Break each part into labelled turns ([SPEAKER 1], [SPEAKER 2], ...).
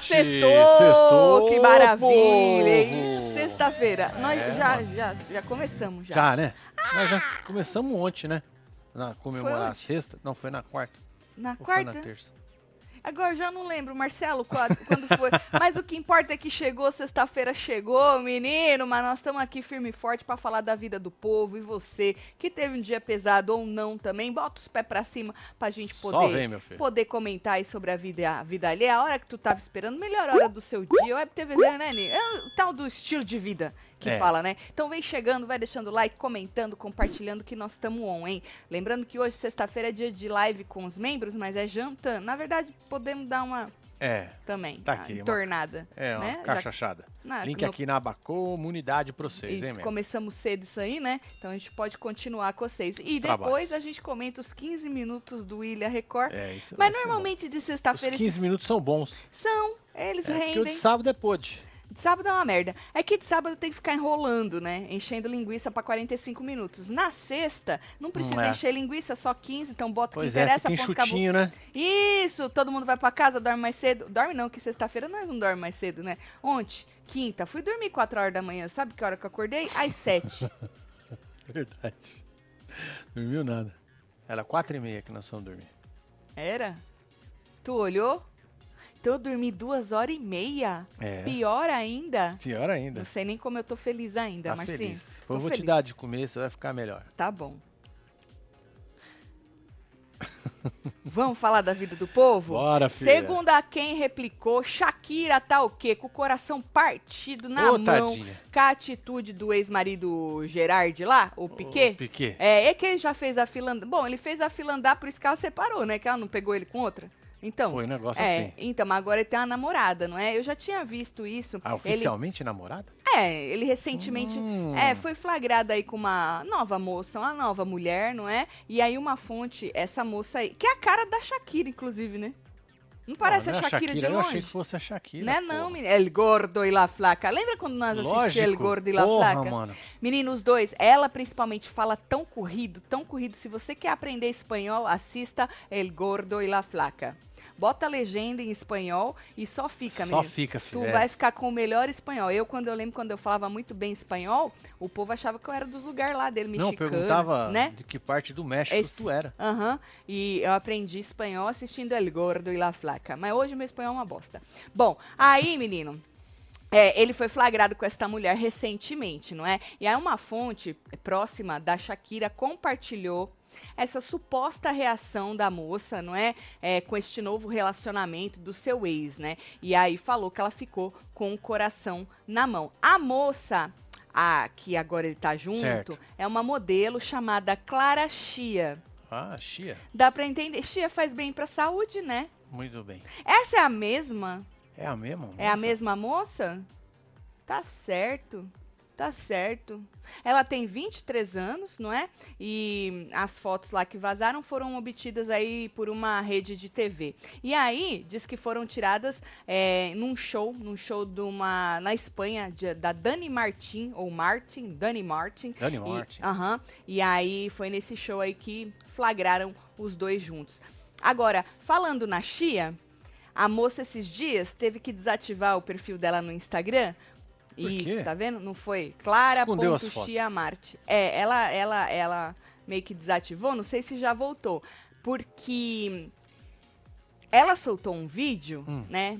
[SPEAKER 1] Sextou,
[SPEAKER 2] Sextou,
[SPEAKER 1] que maravilha,
[SPEAKER 2] povo.
[SPEAKER 1] hein? Sexta-feira. Nós
[SPEAKER 2] É,
[SPEAKER 1] já,
[SPEAKER 2] mano.
[SPEAKER 1] já, já começamos já.
[SPEAKER 2] Já, né? Nós já começamos ontem, né? Na comemorar a
[SPEAKER 1] ontem?
[SPEAKER 2] sexta. Não, foi na quarta.
[SPEAKER 1] Na
[SPEAKER 2] Ou
[SPEAKER 1] quarta?
[SPEAKER 2] foi na terça?
[SPEAKER 1] Agora eu já não lembro, Marcelo, qua- quando foi. Mas o que importa é que chegou, sexta-feira chegou, menino, mas nós estamos aqui firme e forte para falar da vida do povo e você que teve um dia pesado ou não também, bota os pés para cima pra gente poder
[SPEAKER 2] Só vem, meu filho.
[SPEAKER 1] poder comentar aí sobre a vida, a vida alheia, a hora que tu tava esperando, melhor hora do seu dia, Web TV Zero, né, Nini? É o tal do estilo de vida que
[SPEAKER 2] É.
[SPEAKER 1] fala, né? Então vem chegando, vai deixando like, comentando, compartilhando que nós estamos on, hein? Lembrando que hoje, sexta-feira, é dia de live com os membros, mas é jantando. Na verdade, podemos dar uma
[SPEAKER 2] É,
[SPEAKER 1] também,
[SPEAKER 2] Tá
[SPEAKER 1] uma
[SPEAKER 2] aqui, uma-
[SPEAKER 1] tornada.
[SPEAKER 2] é uma
[SPEAKER 1] né? Já-
[SPEAKER 2] cachachada.
[SPEAKER 1] na-
[SPEAKER 2] Link
[SPEAKER 1] no-
[SPEAKER 2] aqui na aba comunidade pra vocês, hein,
[SPEAKER 1] isso,
[SPEAKER 2] meu?
[SPEAKER 1] começamos cedo isso aí, né? Então a gente pode continuar com vocês. E
[SPEAKER 2] Trabalhos.
[SPEAKER 1] depois a gente comenta os 15 minutos do Ilha Record.
[SPEAKER 2] É, isso
[SPEAKER 1] Mas
[SPEAKER 2] isso é
[SPEAKER 1] normalmente tá de
[SPEAKER 2] bom. Os
[SPEAKER 1] sexta-feira
[SPEAKER 2] 15
[SPEAKER 1] esses
[SPEAKER 2] minutos são bons.
[SPEAKER 1] São, eles
[SPEAKER 2] É, porque o de
[SPEAKER 1] rendem.
[SPEAKER 2] sábado é pôde.
[SPEAKER 1] De sábado é uma merda. É que de sábado tem que ficar enrolando, né? Enchendo linguiça pra 45 minutos. Na sexta, não precisa
[SPEAKER 2] é.
[SPEAKER 1] encher linguiça, só 15, então bota o que
[SPEAKER 2] Pois é,
[SPEAKER 1] interessa,
[SPEAKER 2] fica
[SPEAKER 1] ponto, acabou.
[SPEAKER 2] enxutinho, né?
[SPEAKER 1] Isso, todo mundo vai pra casa, dorme mais cedo. Dorme não, que sexta-feira nós não dorme mais cedo, né? Ontem, quinta, fui dormir 4 horas da manhã, sabe que hora que eu acordei? Às 7.
[SPEAKER 2] Verdade. Dormiu nada. Era é quatro e meia que nós fomos dormir.
[SPEAKER 1] Era? Tu olhou? Então eu dormi duas horas e meia.
[SPEAKER 2] É.
[SPEAKER 1] Pior ainda.
[SPEAKER 2] Pior ainda.
[SPEAKER 1] Não sei nem como eu tô feliz ainda,
[SPEAKER 2] Tá
[SPEAKER 1] Marcinho.
[SPEAKER 2] feliz.
[SPEAKER 1] Tô
[SPEAKER 2] Eu vou te
[SPEAKER 1] feliz.
[SPEAKER 2] dar de comer, você vai ficar melhor.
[SPEAKER 1] Tá bom. Vamos falar da vida do povo?
[SPEAKER 2] Bora, filha.
[SPEAKER 1] Segundo a quem replicou, Shakira tá o quê? Com o coração partido na
[SPEAKER 2] Ô,
[SPEAKER 1] mão
[SPEAKER 2] tadinha.
[SPEAKER 1] com a atitude do ex-marido Gerard lá, o Piquet.
[SPEAKER 2] Ô, Piquet.
[SPEAKER 1] É, é que ele já fez a fila andar. Bom, ele fez a fila andar, por isso que ela separou, né? Que ela não pegou ele com outra. Então,
[SPEAKER 2] Foi um negócio
[SPEAKER 1] é,
[SPEAKER 2] assim.
[SPEAKER 1] Então, mas agora ele tem uma namorada, não é? Eu já tinha visto isso.
[SPEAKER 2] Ah,
[SPEAKER 1] ele
[SPEAKER 2] oficialmente namorada?
[SPEAKER 1] é, ele recentemente
[SPEAKER 2] Hum.
[SPEAKER 1] é, foi flagrado aí com uma nova moça, uma nova mulher, não é? E aí uma fonte, essa moça aí, que é a cara da Shakira, inclusive, né? Não parece
[SPEAKER 2] Ó, não
[SPEAKER 1] a
[SPEAKER 2] é
[SPEAKER 1] Shakira, de
[SPEAKER 2] Eu
[SPEAKER 1] longe?
[SPEAKER 2] achei que fosse a Shakira.
[SPEAKER 1] Né,
[SPEAKER 2] porra.
[SPEAKER 1] não, menino? El Gordo e La Flaca. Lembra quando nós assistimos El
[SPEAKER 2] Lógico.
[SPEAKER 1] Gordo e La
[SPEAKER 2] Porra,
[SPEAKER 1] Flaca?
[SPEAKER 2] mano.
[SPEAKER 1] Menino, os dois, ela principalmente fala tão corrido, tão corrido. Se você quer aprender espanhol, assista El Gordo e La Flaca. Bota a legenda em espanhol e só fica,
[SPEAKER 2] Só
[SPEAKER 1] menino.
[SPEAKER 2] fica, filho.
[SPEAKER 1] Tu
[SPEAKER 2] é.
[SPEAKER 1] vai ficar com o melhor espanhol. Eu, quando eu lembro, quando eu falava muito bem espanhol, o povo achava que eu era dos lugares lá dele,
[SPEAKER 2] Não,
[SPEAKER 1] mexicano,
[SPEAKER 2] perguntava
[SPEAKER 1] né?
[SPEAKER 2] de que parte do México
[SPEAKER 1] Esse-
[SPEAKER 2] tu era.
[SPEAKER 1] Aham. E eu aprendi espanhol assistindo El Gordo e La Flaca. Mas hoje meu espanhol é uma bosta. Bom, aí, menino. é, ele foi flagrado com esta mulher recentemente, não é? E aí uma fonte próxima da Shakira compartilhou essa suposta reação da moça, não é? É, com este novo relacionamento do seu ex, né? E aí falou que ela ficou com o coração na mão. A moça, a que agora ele tá junto,
[SPEAKER 2] Certo.
[SPEAKER 1] é uma modelo chamada Clara Chia.
[SPEAKER 2] Ah, Chia.
[SPEAKER 1] Dá pra entender. Chia faz bem pra saúde, né?
[SPEAKER 2] Muito bem.
[SPEAKER 1] Essa é a mesma?
[SPEAKER 2] É a mesma?
[SPEAKER 1] É a
[SPEAKER 2] moça?
[SPEAKER 1] mesma moça? Tá certo. Tá certo. Ela tem 23 anos, não é? E as fotos lá que vazaram foram obtidas aí por uma rede de TV. E aí, diz que foram tiradas é, num show, num show de uma. na Espanha, de- da Dani Martin, ou Martin, Dani Martin.
[SPEAKER 2] Dani
[SPEAKER 1] E-
[SPEAKER 2] Martin.
[SPEAKER 1] Aham. E aí foi nesse show aí que flagraram os dois juntos. Agora, falando na Chia, a moça esses dias teve que desativar o perfil dela no Instagram.
[SPEAKER 2] Por
[SPEAKER 1] Isso,
[SPEAKER 2] quê?
[SPEAKER 1] tá vendo? Não foi?
[SPEAKER 2] Escondeu as fotos.
[SPEAKER 1] Clara.chiamarte. É, ela, ela, ela meio que desativou, não sei se já voltou. Porque ela soltou um vídeo,
[SPEAKER 2] Hum.
[SPEAKER 1] né?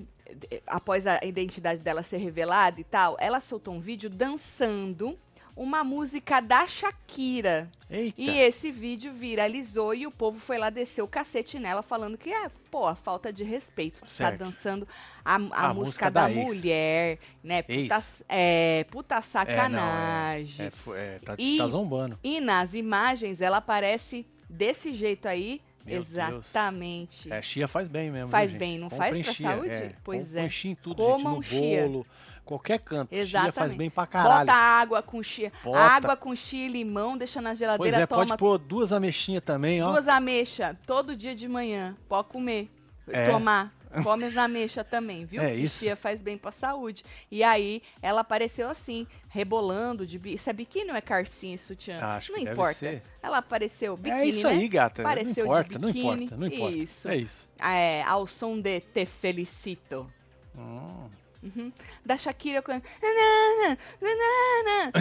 [SPEAKER 1] Após a identidade dela ser revelada e tal, ela soltou um vídeo dançando uma música da Shakira.
[SPEAKER 2] Eita.
[SPEAKER 1] E esse vídeo viralizou e o povo foi lá descer o cacete nela falando que é, pô, a falta de respeito. Tu tá
[SPEAKER 2] Certo.
[SPEAKER 1] dançando a, a música,
[SPEAKER 2] A música
[SPEAKER 1] da,
[SPEAKER 2] da ex.
[SPEAKER 1] mulher, né? Puta,
[SPEAKER 2] Ex.
[SPEAKER 1] é, puta
[SPEAKER 2] É, não, é.
[SPEAKER 1] sacanagem.
[SPEAKER 2] É, fo- é, tá,
[SPEAKER 1] E-
[SPEAKER 2] tá zombando.
[SPEAKER 1] E nas imagens ela aparece desse jeito aí,
[SPEAKER 2] Meu Deus.
[SPEAKER 1] exatamente.
[SPEAKER 2] É, chia faz bem mesmo.
[SPEAKER 1] Faz
[SPEAKER 2] viu, gente?
[SPEAKER 1] bem, não
[SPEAKER 2] Comprem
[SPEAKER 1] faz pra
[SPEAKER 2] chia,
[SPEAKER 1] saúde?
[SPEAKER 2] É.
[SPEAKER 1] Pois
[SPEAKER 2] Comprem
[SPEAKER 1] é.
[SPEAKER 2] chia em tudo,
[SPEAKER 1] Comam
[SPEAKER 2] gente. No
[SPEAKER 1] chia.
[SPEAKER 2] bolo, qualquer canto. Chia faz
[SPEAKER 1] Exatamente.
[SPEAKER 2] bem pra caralho.
[SPEAKER 1] Bota água com chia,
[SPEAKER 2] Bota.
[SPEAKER 1] água com chia e limão, deixa na
[SPEAKER 2] pois
[SPEAKER 1] geladeira,
[SPEAKER 2] é,
[SPEAKER 1] toma
[SPEAKER 2] pode pôr duas ameixinhas também, ó.
[SPEAKER 1] Duas ameixas todo dia de manhã. Pode comer.
[SPEAKER 2] É.
[SPEAKER 1] Tomar. Come as ameixas também, viu?
[SPEAKER 2] É
[SPEAKER 1] Que
[SPEAKER 2] isso.
[SPEAKER 1] chia faz bem pra saúde. E aí, ela apareceu assim, rebolando de bi... Isso é biquíni ou é carcinha e sutiã?
[SPEAKER 2] Ah, Acho
[SPEAKER 1] não
[SPEAKER 2] que deve
[SPEAKER 1] importa.
[SPEAKER 2] ser.
[SPEAKER 1] Ela apareceu biquíni,
[SPEAKER 2] é isso
[SPEAKER 1] né?
[SPEAKER 2] aí, gata.
[SPEAKER 1] Apareceu de
[SPEAKER 2] não importa, É não
[SPEAKER 1] biquíni. Ah,
[SPEAKER 2] importa, não importa.
[SPEAKER 1] Isso.
[SPEAKER 2] É isso.
[SPEAKER 1] É, ao som de Te Felicito.
[SPEAKER 2] Hum.
[SPEAKER 1] Uhum. Da Shakira com. Nanana, nanana,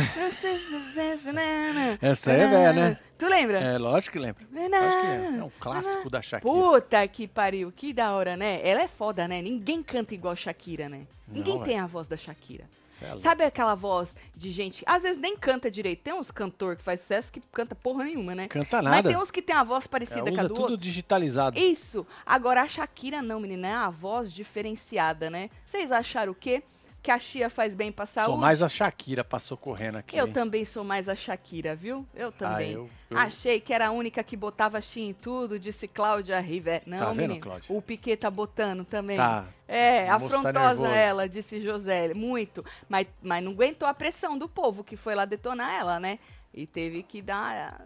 [SPEAKER 1] nanana,
[SPEAKER 2] Essa aí é velha, né?
[SPEAKER 1] Tu lembra?
[SPEAKER 2] É, lógico que lembra. Lógico que lembra. É um clássico da Shakira.
[SPEAKER 1] Puta que pariu, que da hora, né? Ela é foda, né? Ninguém canta igual a Shakira, né? Ninguém
[SPEAKER 2] Não, é.
[SPEAKER 1] tem a voz da Shakira.
[SPEAKER 2] Cê é louco.
[SPEAKER 1] Sabe aquela voz de gente, às vezes nem canta direito. Tem uns cantor que faz sucesso que canta porra nenhuma, né?
[SPEAKER 2] Canta
[SPEAKER 1] Mas
[SPEAKER 2] nada.
[SPEAKER 1] tem uns que tem a voz
[SPEAKER 2] Ela
[SPEAKER 1] parecida com a
[SPEAKER 2] usa
[SPEAKER 1] do outro.
[SPEAKER 2] tudo digitalizado.
[SPEAKER 1] Isso. Agora, a Shakira não, menina, é a voz diferenciada, né? Vocês acharam o quê? Que a Chia faz bem pra saúde?
[SPEAKER 2] Sou mais a Shakira passou correndo aqui.
[SPEAKER 1] Eu
[SPEAKER 2] hein? Ah,
[SPEAKER 1] também sou mais a Shakira, viu? Eu também.
[SPEAKER 2] eu- eu-
[SPEAKER 1] Achei que era a única que botava Xi em tudo, disse Cláudia River. Não,
[SPEAKER 2] Tá vendo,
[SPEAKER 1] menino.
[SPEAKER 2] Cláudia?
[SPEAKER 1] O Piquet tá botando também.
[SPEAKER 2] Tá.
[SPEAKER 1] É,
[SPEAKER 2] O moço tá
[SPEAKER 1] afrontosa
[SPEAKER 2] nervoso.
[SPEAKER 1] ela, disse José. Muito. Mas, mas não aguentou a pressão do povo que foi lá detonar ela, né? E teve que dar ah,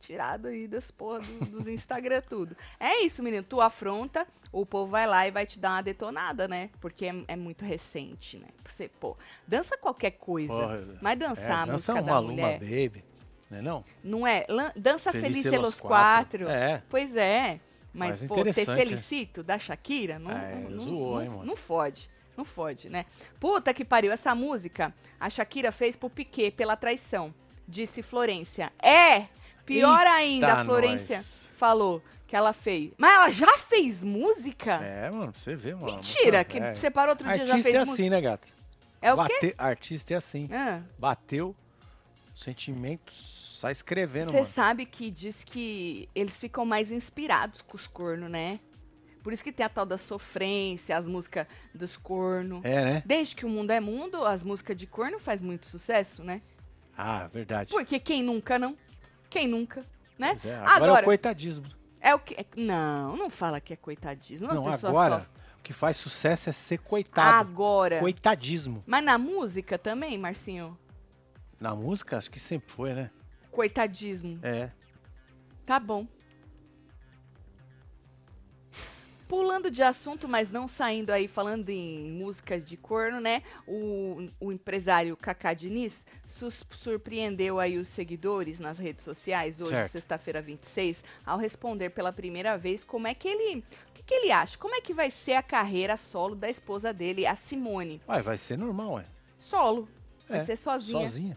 [SPEAKER 1] tirada aí das porra do- dos Instagram tudo. É isso, menino. Tu afronta, o povo vai lá e vai te dar uma detonada, né? Porque é, é muito recente, né? Você, pô, dança qualquer coisa.
[SPEAKER 2] Porra.
[SPEAKER 1] Mas dançar a
[SPEAKER 2] é, dança
[SPEAKER 1] música
[SPEAKER 2] uma
[SPEAKER 1] da
[SPEAKER 2] Luma
[SPEAKER 1] mulher.
[SPEAKER 2] Baby. Não é não?
[SPEAKER 1] Não é? Lan- dança Feliz,
[SPEAKER 2] Feliz
[SPEAKER 1] pelos
[SPEAKER 2] pelos
[SPEAKER 1] quatro.
[SPEAKER 2] quatro. É.
[SPEAKER 1] Pois é. Mas,
[SPEAKER 2] Mas
[SPEAKER 1] pô, ter
[SPEAKER 2] interessante, né?
[SPEAKER 1] Felicito da Shakira, não,
[SPEAKER 2] É,
[SPEAKER 1] não,
[SPEAKER 2] zoou,
[SPEAKER 1] não,
[SPEAKER 2] hein, mano?
[SPEAKER 1] não fode. Não fode, né? Puta que pariu. Essa música a Shakira fez pro Piquet pela traição. Disse Florência. É! Pior
[SPEAKER 2] Eita,
[SPEAKER 1] ainda, a Florência
[SPEAKER 2] nós.
[SPEAKER 1] falou que ela fez. Mas ela já fez música?
[SPEAKER 2] É, mano, pra você é. ver, mano.
[SPEAKER 1] Mentira!
[SPEAKER 2] Muito
[SPEAKER 1] Que
[SPEAKER 2] velho.
[SPEAKER 1] você parou outro dia
[SPEAKER 2] Artista
[SPEAKER 1] já fez
[SPEAKER 2] é
[SPEAKER 1] música.
[SPEAKER 2] assim, né, gato?
[SPEAKER 1] É o quê?
[SPEAKER 2] Bate- Artista é assim.
[SPEAKER 1] Ah.
[SPEAKER 2] Bateu, sentimentos, sai escrevendo,
[SPEAKER 1] Você
[SPEAKER 2] mano.
[SPEAKER 1] sabe que diz que eles ficam mais inspirados com os cornos, né? Por isso que tem a tal da sofrência, as músicas dos cornos.
[SPEAKER 2] É, né?
[SPEAKER 1] Desde que o mundo é mundo, as músicas de corno faz muito sucesso, né?
[SPEAKER 2] Ah, verdade.
[SPEAKER 1] Porque quem nunca não? Quem nunca, né?
[SPEAKER 2] Pois é, Agora, é o coitadismo.
[SPEAKER 1] é o que. é- Não, não fala que é coitadismo. Uma
[SPEAKER 2] Não,
[SPEAKER 1] pessoa
[SPEAKER 2] agora,
[SPEAKER 1] sofre.
[SPEAKER 2] o que faz sucesso é ser coitado.
[SPEAKER 1] Agora.
[SPEAKER 2] Coitadismo.
[SPEAKER 1] Mas na música também, Marcinho?
[SPEAKER 2] Na música, acho que sempre foi, né?
[SPEAKER 1] Coitadismo.
[SPEAKER 2] É.
[SPEAKER 1] Tá bom. Pulando de assunto, mas não saindo aí, falando em música de corno, né? O, o empresário Kaká Diniz sus- surpreendeu aí os seguidores nas redes sociais hoje,
[SPEAKER 2] Certo.
[SPEAKER 1] sexta-feira 26, ao responder pela primeira vez como é que ele. O que, que ele acha? Como é que vai ser a carreira solo da esposa dele, a Simone?
[SPEAKER 2] Ué, vai ser normal, é.
[SPEAKER 1] Solo. Vai
[SPEAKER 2] É,
[SPEAKER 1] ser sozinha.
[SPEAKER 2] Sozinha.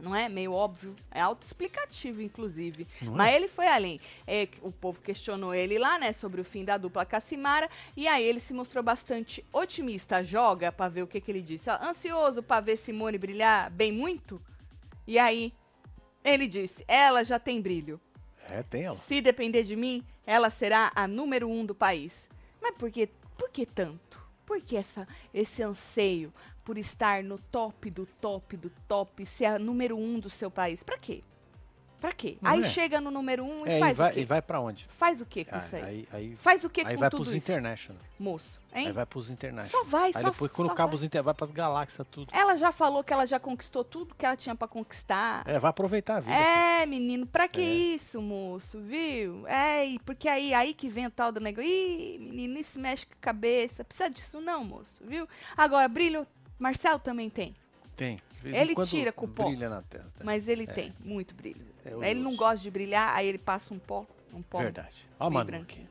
[SPEAKER 1] Não é? Meio óbvio. É autoexplicativo, inclusive.
[SPEAKER 2] Não é?
[SPEAKER 1] Mas ele foi além. É, que o povo questionou ele lá, né, sobre o fim da dupla Cacimara. E aí ele se mostrou bastante otimista. Joga pra ver o que, que ele disse. Ó, ansioso pra ver Simone brilhar bem muito? E aí ele disse: ela já tem brilho.
[SPEAKER 2] É, tem ela.
[SPEAKER 1] Se depender de mim, ela será a número um do país. Mas por que, por que tanto? Por que essa, esse anseio por estar no top do top do top, ser a número um do seu país? Pra quê? Pra quê?
[SPEAKER 2] Não
[SPEAKER 1] aí
[SPEAKER 2] é.
[SPEAKER 1] chega no número um e
[SPEAKER 2] É, e
[SPEAKER 1] faz
[SPEAKER 2] vai,
[SPEAKER 1] o quê?
[SPEAKER 2] e vai pra onde?
[SPEAKER 1] Faz o quê com
[SPEAKER 2] Ah,
[SPEAKER 1] isso aí?
[SPEAKER 2] aí, aí,
[SPEAKER 1] Faz o quê
[SPEAKER 2] aí
[SPEAKER 1] com
[SPEAKER 2] vai
[SPEAKER 1] tudo
[SPEAKER 2] pros
[SPEAKER 1] isso,
[SPEAKER 2] international.
[SPEAKER 1] moço? Hein?
[SPEAKER 2] Aí vai pros international.
[SPEAKER 1] Só vai,
[SPEAKER 2] Aí
[SPEAKER 1] só
[SPEAKER 2] depois
[SPEAKER 1] só
[SPEAKER 2] quando
[SPEAKER 1] vai.
[SPEAKER 2] acaba os inter... vai pras galáxias, tudo.
[SPEAKER 1] Ela já falou que ela já conquistou tudo que ela tinha pra conquistar.
[SPEAKER 2] É, vai aproveitar a vida. filho.
[SPEAKER 1] É, menino, pra que
[SPEAKER 2] É.
[SPEAKER 1] isso, moço, viu? É, e porque aí, aí que vem o tal do negócio. Ih, menino, isso mexe com a cabeça. Precisa disso não, moço, viu? Agora, brilho, Marcelo também tem,
[SPEAKER 2] Tem. De vez em
[SPEAKER 1] Ele
[SPEAKER 2] quando
[SPEAKER 1] tira com o pó.
[SPEAKER 2] Brilha na testa.
[SPEAKER 1] mas ele tem muito brilho.
[SPEAKER 2] É
[SPEAKER 1] ele não
[SPEAKER 2] odioso.
[SPEAKER 1] gosta de brilhar, aí ele passa um pó, um pó.
[SPEAKER 2] Verdade. Ó,
[SPEAKER 1] meio
[SPEAKER 2] mano.
[SPEAKER 1] branquinho.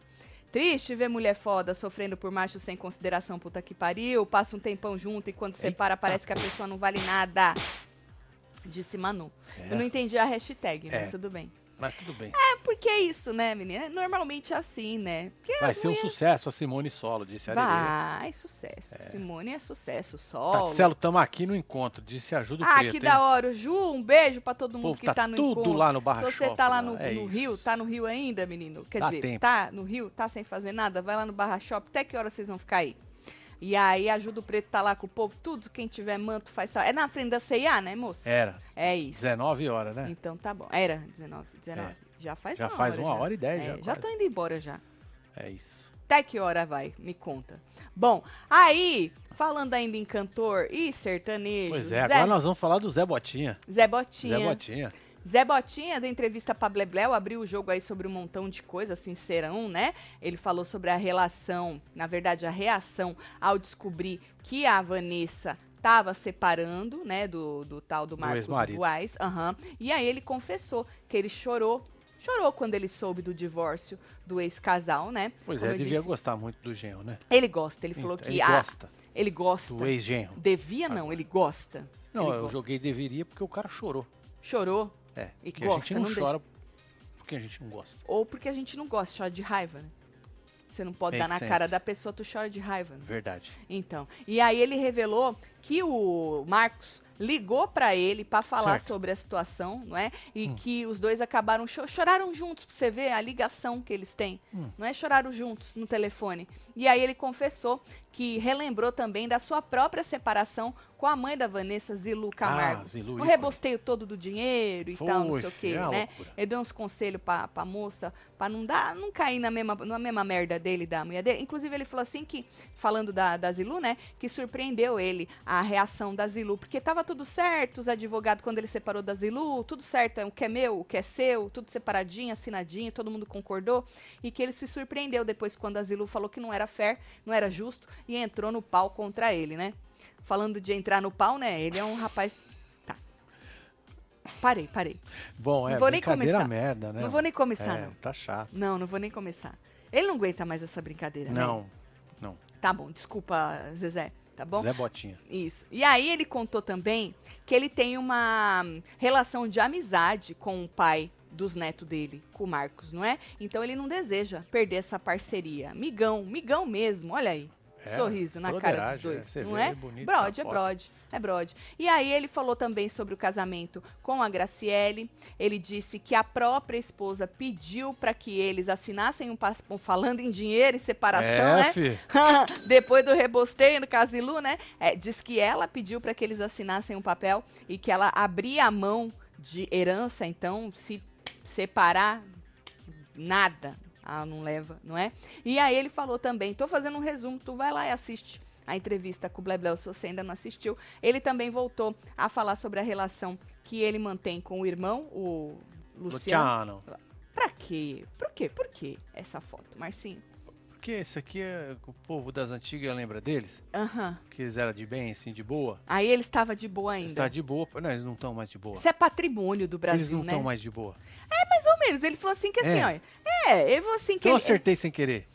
[SPEAKER 1] Triste ver mulher foda sofrendo por macho sem consideração, puta que pariu. Passa um tempão junto e quando separa parece que a pessoa não vale nada. Disse Manu.
[SPEAKER 2] É.
[SPEAKER 1] Eu não entendi a hashtag, mas
[SPEAKER 2] É.
[SPEAKER 1] tudo bem.
[SPEAKER 2] Mas tudo bem.
[SPEAKER 1] É porque é isso, né, menina? Normalmente é assim, né? Porque
[SPEAKER 2] Vai ser um sucesso a Simone Solo, disse a Lelê.
[SPEAKER 1] vai, sucesso. Simone é sucesso,
[SPEAKER 2] Tá
[SPEAKER 1] sol.
[SPEAKER 2] Taticelo, tamo aqui no encontro, disse ajuda o
[SPEAKER 1] ah,
[SPEAKER 2] Preto.
[SPEAKER 1] que
[SPEAKER 2] hein?
[SPEAKER 1] da hora. O Ju, um beijo pra todo
[SPEAKER 2] O
[SPEAKER 1] mundo
[SPEAKER 2] povo
[SPEAKER 1] que
[SPEAKER 2] tá,
[SPEAKER 1] tá, no
[SPEAKER 2] tudo
[SPEAKER 1] encontro.
[SPEAKER 2] lá no Barra
[SPEAKER 1] Se você
[SPEAKER 2] Shopping,
[SPEAKER 1] tá lá
[SPEAKER 2] lá,
[SPEAKER 1] no,
[SPEAKER 2] é
[SPEAKER 1] no
[SPEAKER 2] isso.
[SPEAKER 1] Rio, tá no Rio ainda, menino? Quer
[SPEAKER 2] Dá
[SPEAKER 1] dizer,
[SPEAKER 2] tempo.
[SPEAKER 1] tá no Rio, tá sem fazer nada? Vai lá no Barra Shop, até que hora vocês vão ficar aí? E aí, ajuda o preto, tá lá com o povo, tudo, quem tiver manto faz sal. É na frente da CIA, né, moço?
[SPEAKER 2] Era,
[SPEAKER 1] É isso.
[SPEAKER 2] 19 horas, né? É.
[SPEAKER 1] Então tá bom. Era 19, 19. Já faz
[SPEAKER 2] Já
[SPEAKER 1] uma
[SPEAKER 2] faz
[SPEAKER 1] hora
[SPEAKER 2] uma hora e dez,
[SPEAKER 1] É,
[SPEAKER 2] já
[SPEAKER 1] já
[SPEAKER 2] quase.
[SPEAKER 1] tô indo embora já.
[SPEAKER 2] É isso.
[SPEAKER 1] Até que hora vai? Me conta. Bom, aí, falando ainda em cantor e sertanejo,
[SPEAKER 2] Pois é,
[SPEAKER 1] Zé,
[SPEAKER 2] agora nós vamos falar do Zé Botinha.
[SPEAKER 1] Zé Botinha.
[SPEAKER 2] Zé Botinha.
[SPEAKER 1] Zé Botinha, da entrevista pra Blebleu, abriu o jogo aí sobre um montão de coisa, sincerão, né? Ele falou sobre a relação, na verdade, a reação ao descobrir que a Vanessa tava separando, né, do, do tal do Marcos
[SPEAKER 2] ex-marido.
[SPEAKER 1] Buais. Aham. E aí ele confessou que ele chorou, chorou quando ele soube do divórcio do ex-casal, né?
[SPEAKER 2] Pois
[SPEAKER 1] Como
[SPEAKER 2] é,
[SPEAKER 1] eu
[SPEAKER 2] devia
[SPEAKER 1] disse,
[SPEAKER 2] gostar muito do Genro, né?
[SPEAKER 1] ele gosta, ele falou
[SPEAKER 2] Então,
[SPEAKER 1] que
[SPEAKER 2] ele
[SPEAKER 1] a,
[SPEAKER 2] gosta.
[SPEAKER 1] Ele gosta.
[SPEAKER 2] Do ex-genro.
[SPEAKER 1] Devia não, ele gosta.
[SPEAKER 2] Não,
[SPEAKER 1] Ele
[SPEAKER 2] eu
[SPEAKER 1] gosta.
[SPEAKER 2] joguei deveria porque o cara chorou.
[SPEAKER 1] Chorou.
[SPEAKER 2] É.
[SPEAKER 1] E
[SPEAKER 2] porque
[SPEAKER 1] gosta,
[SPEAKER 2] a gente não,
[SPEAKER 1] não
[SPEAKER 2] chora porque a gente não gosta.
[SPEAKER 1] Ou porque a gente não gosta, chora de raiva, né? Você não pode
[SPEAKER 2] Make
[SPEAKER 1] dar na
[SPEAKER 2] sense.
[SPEAKER 1] cara da pessoa, tu chora de raiva. Né?
[SPEAKER 2] Verdade.
[SPEAKER 1] Então, e aí ele revelou que o Marcos ligou pra ele pra falar
[SPEAKER 2] Certo. Hum.
[SPEAKER 1] sobre a situação, não é? E que os dois acabaram cho- choraram juntos, pra você ver a ligação que eles têm.
[SPEAKER 2] Hum.
[SPEAKER 1] Não é choraram juntos no telefone. E aí ele confessou que relembrou também da sua própria separação com a mãe da Vanessa, Zilu Camargo.
[SPEAKER 2] Ah, Zilu,
[SPEAKER 1] o
[SPEAKER 2] ícone.
[SPEAKER 1] rebosteio todo do dinheiro e tal, não sei o
[SPEAKER 2] Poxa,
[SPEAKER 1] quê,
[SPEAKER 2] é uma
[SPEAKER 1] né?
[SPEAKER 2] loucura.
[SPEAKER 1] Ele deu uns conselhos pra, pra moça, pra não dar, não cair na mesma, na mesma merda dele e da mulher dele. Inclusive, ele falou assim que, falando da, da Zilu, né? Que surpreendeu ele a reação da Zilu, porque tava tudo certo, os advogados, quando ele separou da Zilu, tudo certo, é o que é meu, o que é seu, tudo separadinho, assinadinho, todo mundo concordou. E que ele se surpreendeu depois quando a Zilu falou que não era fair, não era justo, e entrou no pau contra ele, né? Falando de entrar no pau, né? Ele é um rapaz. Tá. Parei, parei.
[SPEAKER 2] Bom, é
[SPEAKER 1] Não vou nem
[SPEAKER 2] brincadeira
[SPEAKER 1] começar.
[SPEAKER 2] merda, né?
[SPEAKER 1] Não vou nem começar,
[SPEAKER 2] É,
[SPEAKER 1] não.
[SPEAKER 2] Tá chato.
[SPEAKER 1] Não, não vou nem começar. Ele não aguenta mais essa brincadeira, né?
[SPEAKER 2] Não, não.
[SPEAKER 1] Tá bom, desculpa, Zezé. Tá bom?
[SPEAKER 2] Zé Botinha.
[SPEAKER 1] Isso. E aí ele contou também que ele tem uma hum, relação de amizade com o pai dos netos dele, com o Marcos, não é? Então ele não deseja perder essa parceria. Migão, migão mesmo, olha aí.
[SPEAKER 2] É,
[SPEAKER 1] Sorriso na cara
[SPEAKER 2] broderagem, é,
[SPEAKER 1] dos dois,
[SPEAKER 2] você
[SPEAKER 1] não
[SPEAKER 2] vê
[SPEAKER 1] é?
[SPEAKER 2] ele bonito tá na
[SPEAKER 1] brode, é
[SPEAKER 2] foto.
[SPEAKER 1] brode, é brode. E aí ele falou também sobre o casamento com a Graciele. Ele disse que a própria esposa pediu para que eles assinassem um passo falando em dinheiro e separação, né?
[SPEAKER 2] fi.
[SPEAKER 1] Depois do rebosteio no Casilu, né? É, diz que ela pediu para que eles assinassem um papel e que ela abria a mão de herança, então se separar nada, ah, não leva, não é? E aí ele falou também, tô fazendo um resumo, tu vai lá e assiste a entrevista com o Blebleu, se você ainda não assistiu. Ele também voltou a falar sobre a relação que ele mantém com o irmão, o Luciano.
[SPEAKER 2] Luciano.
[SPEAKER 1] Pra quê? Por quê? Por quê essa foto, Marcinho?
[SPEAKER 2] Porque isso aqui é o povo das antigas, lembra deles?
[SPEAKER 1] Aham.
[SPEAKER 2] Que eles eram de bem, assim, de boa.
[SPEAKER 1] Aí ele estava de boa
[SPEAKER 2] Eles
[SPEAKER 1] ainda.
[SPEAKER 2] tá de boa. Não, eles não estão mais de boa.
[SPEAKER 1] Isso é patrimônio do
[SPEAKER 2] eles
[SPEAKER 1] Brasil,
[SPEAKER 2] não
[SPEAKER 1] né?
[SPEAKER 2] estão mais de boa.
[SPEAKER 1] Mais ou menos. Ele falou assim que assim,
[SPEAKER 2] É. assim-
[SPEAKER 1] olha. É, ele falou assim que
[SPEAKER 2] Então eu
[SPEAKER 1] ele- "É,
[SPEAKER 2] acertei sem querer.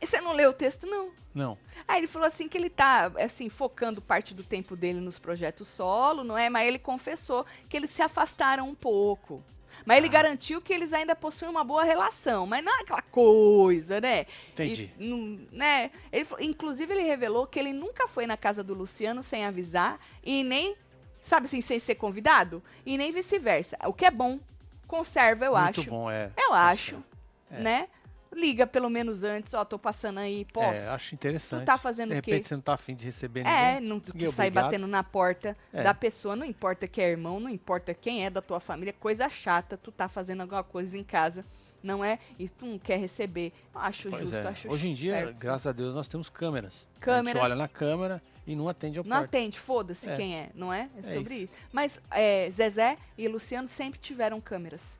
[SPEAKER 1] Você não leu o texto, não.
[SPEAKER 2] Não.
[SPEAKER 1] Aí ele falou assim que ele tá, assim, focando parte do tempo dele nos projetos solo, não é? Mas ele confessou que eles se afastaram um pouco. Mas
[SPEAKER 2] Ah.
[SPEAKER 1] ele garantiu que eles ainda possuem uma boa relação, mas não é aquela coisa, né?
[SPEAKER 2] Entendi.
[SPEAKER 1] E, não- né? Ele, fa- inclusive, ele revelou que ele nunca foi na casa do Luciano sem avisar e nem, sabe assim, sem ser convidado? E nem vice-versa. O que é bom, conserva, eu
[SPEAKER 2] Muito
[SPEAKER 1] acho.
[SPEAKER 2] bom, é.
[SPEAKER 1] Eu acho,
[SPEAKER 2] É.
[SPEAKER 1] né? Liga pelo menos antes, ó, tô passando aí, posso?
[SPEAKER 2] É, acho interessante.
[SPEAKER 1] Tu tá fazendo
[SPEAKER 2] De
[SPEAKER 1] o quê?
[SPEAKER 2] repente você não tá afim de receber
[SPEAKER 1] É,
[SPEAKER 2] ninguém.
[SPEAKER 1] não tu
[SPEAKER 2] Ninguém é
[SPEAKER 1] sair
[SPEAKER 2] obrigado.
[SPEAKER 1] batendo na porta
[SPEAKER 2] É.
[SPEAKER 1] da pessoa, não importa que é irmão, não importa quem é da tua família, coisa chata, tu tá fazendo alguma coisa em casa, não é? E tu não quer receber. Eu acho
[SPEAKER 2] Pois
[SPEAKER 1] justo,
[SPEAKER 2] é.
[SPEAKER 1] acho
[SPEAKER 2] Hoje em dia,
[SPEAKER 1] certo.
[SPEAKER 2] graças a Deus, nós temos câmeras. A
[SPEAKER 1] Câmeras.
[SPEAKER 2] gente olha na câmera e não atende ao
[SPEAKER 1] Não
[SPEAKER 2] porta.
[SPEAKER 1] atende, foda-se
[SPEAKER 2] É.
[SPEAKER 1] quem é, não é? É
[SPEAKER 2] É
[SPEAKER 1] sobre isso.
[SPEAKER 2] isso.
[SPEAKER 1] Mas é, Zezé e Luciano sempre tiveram câmeras.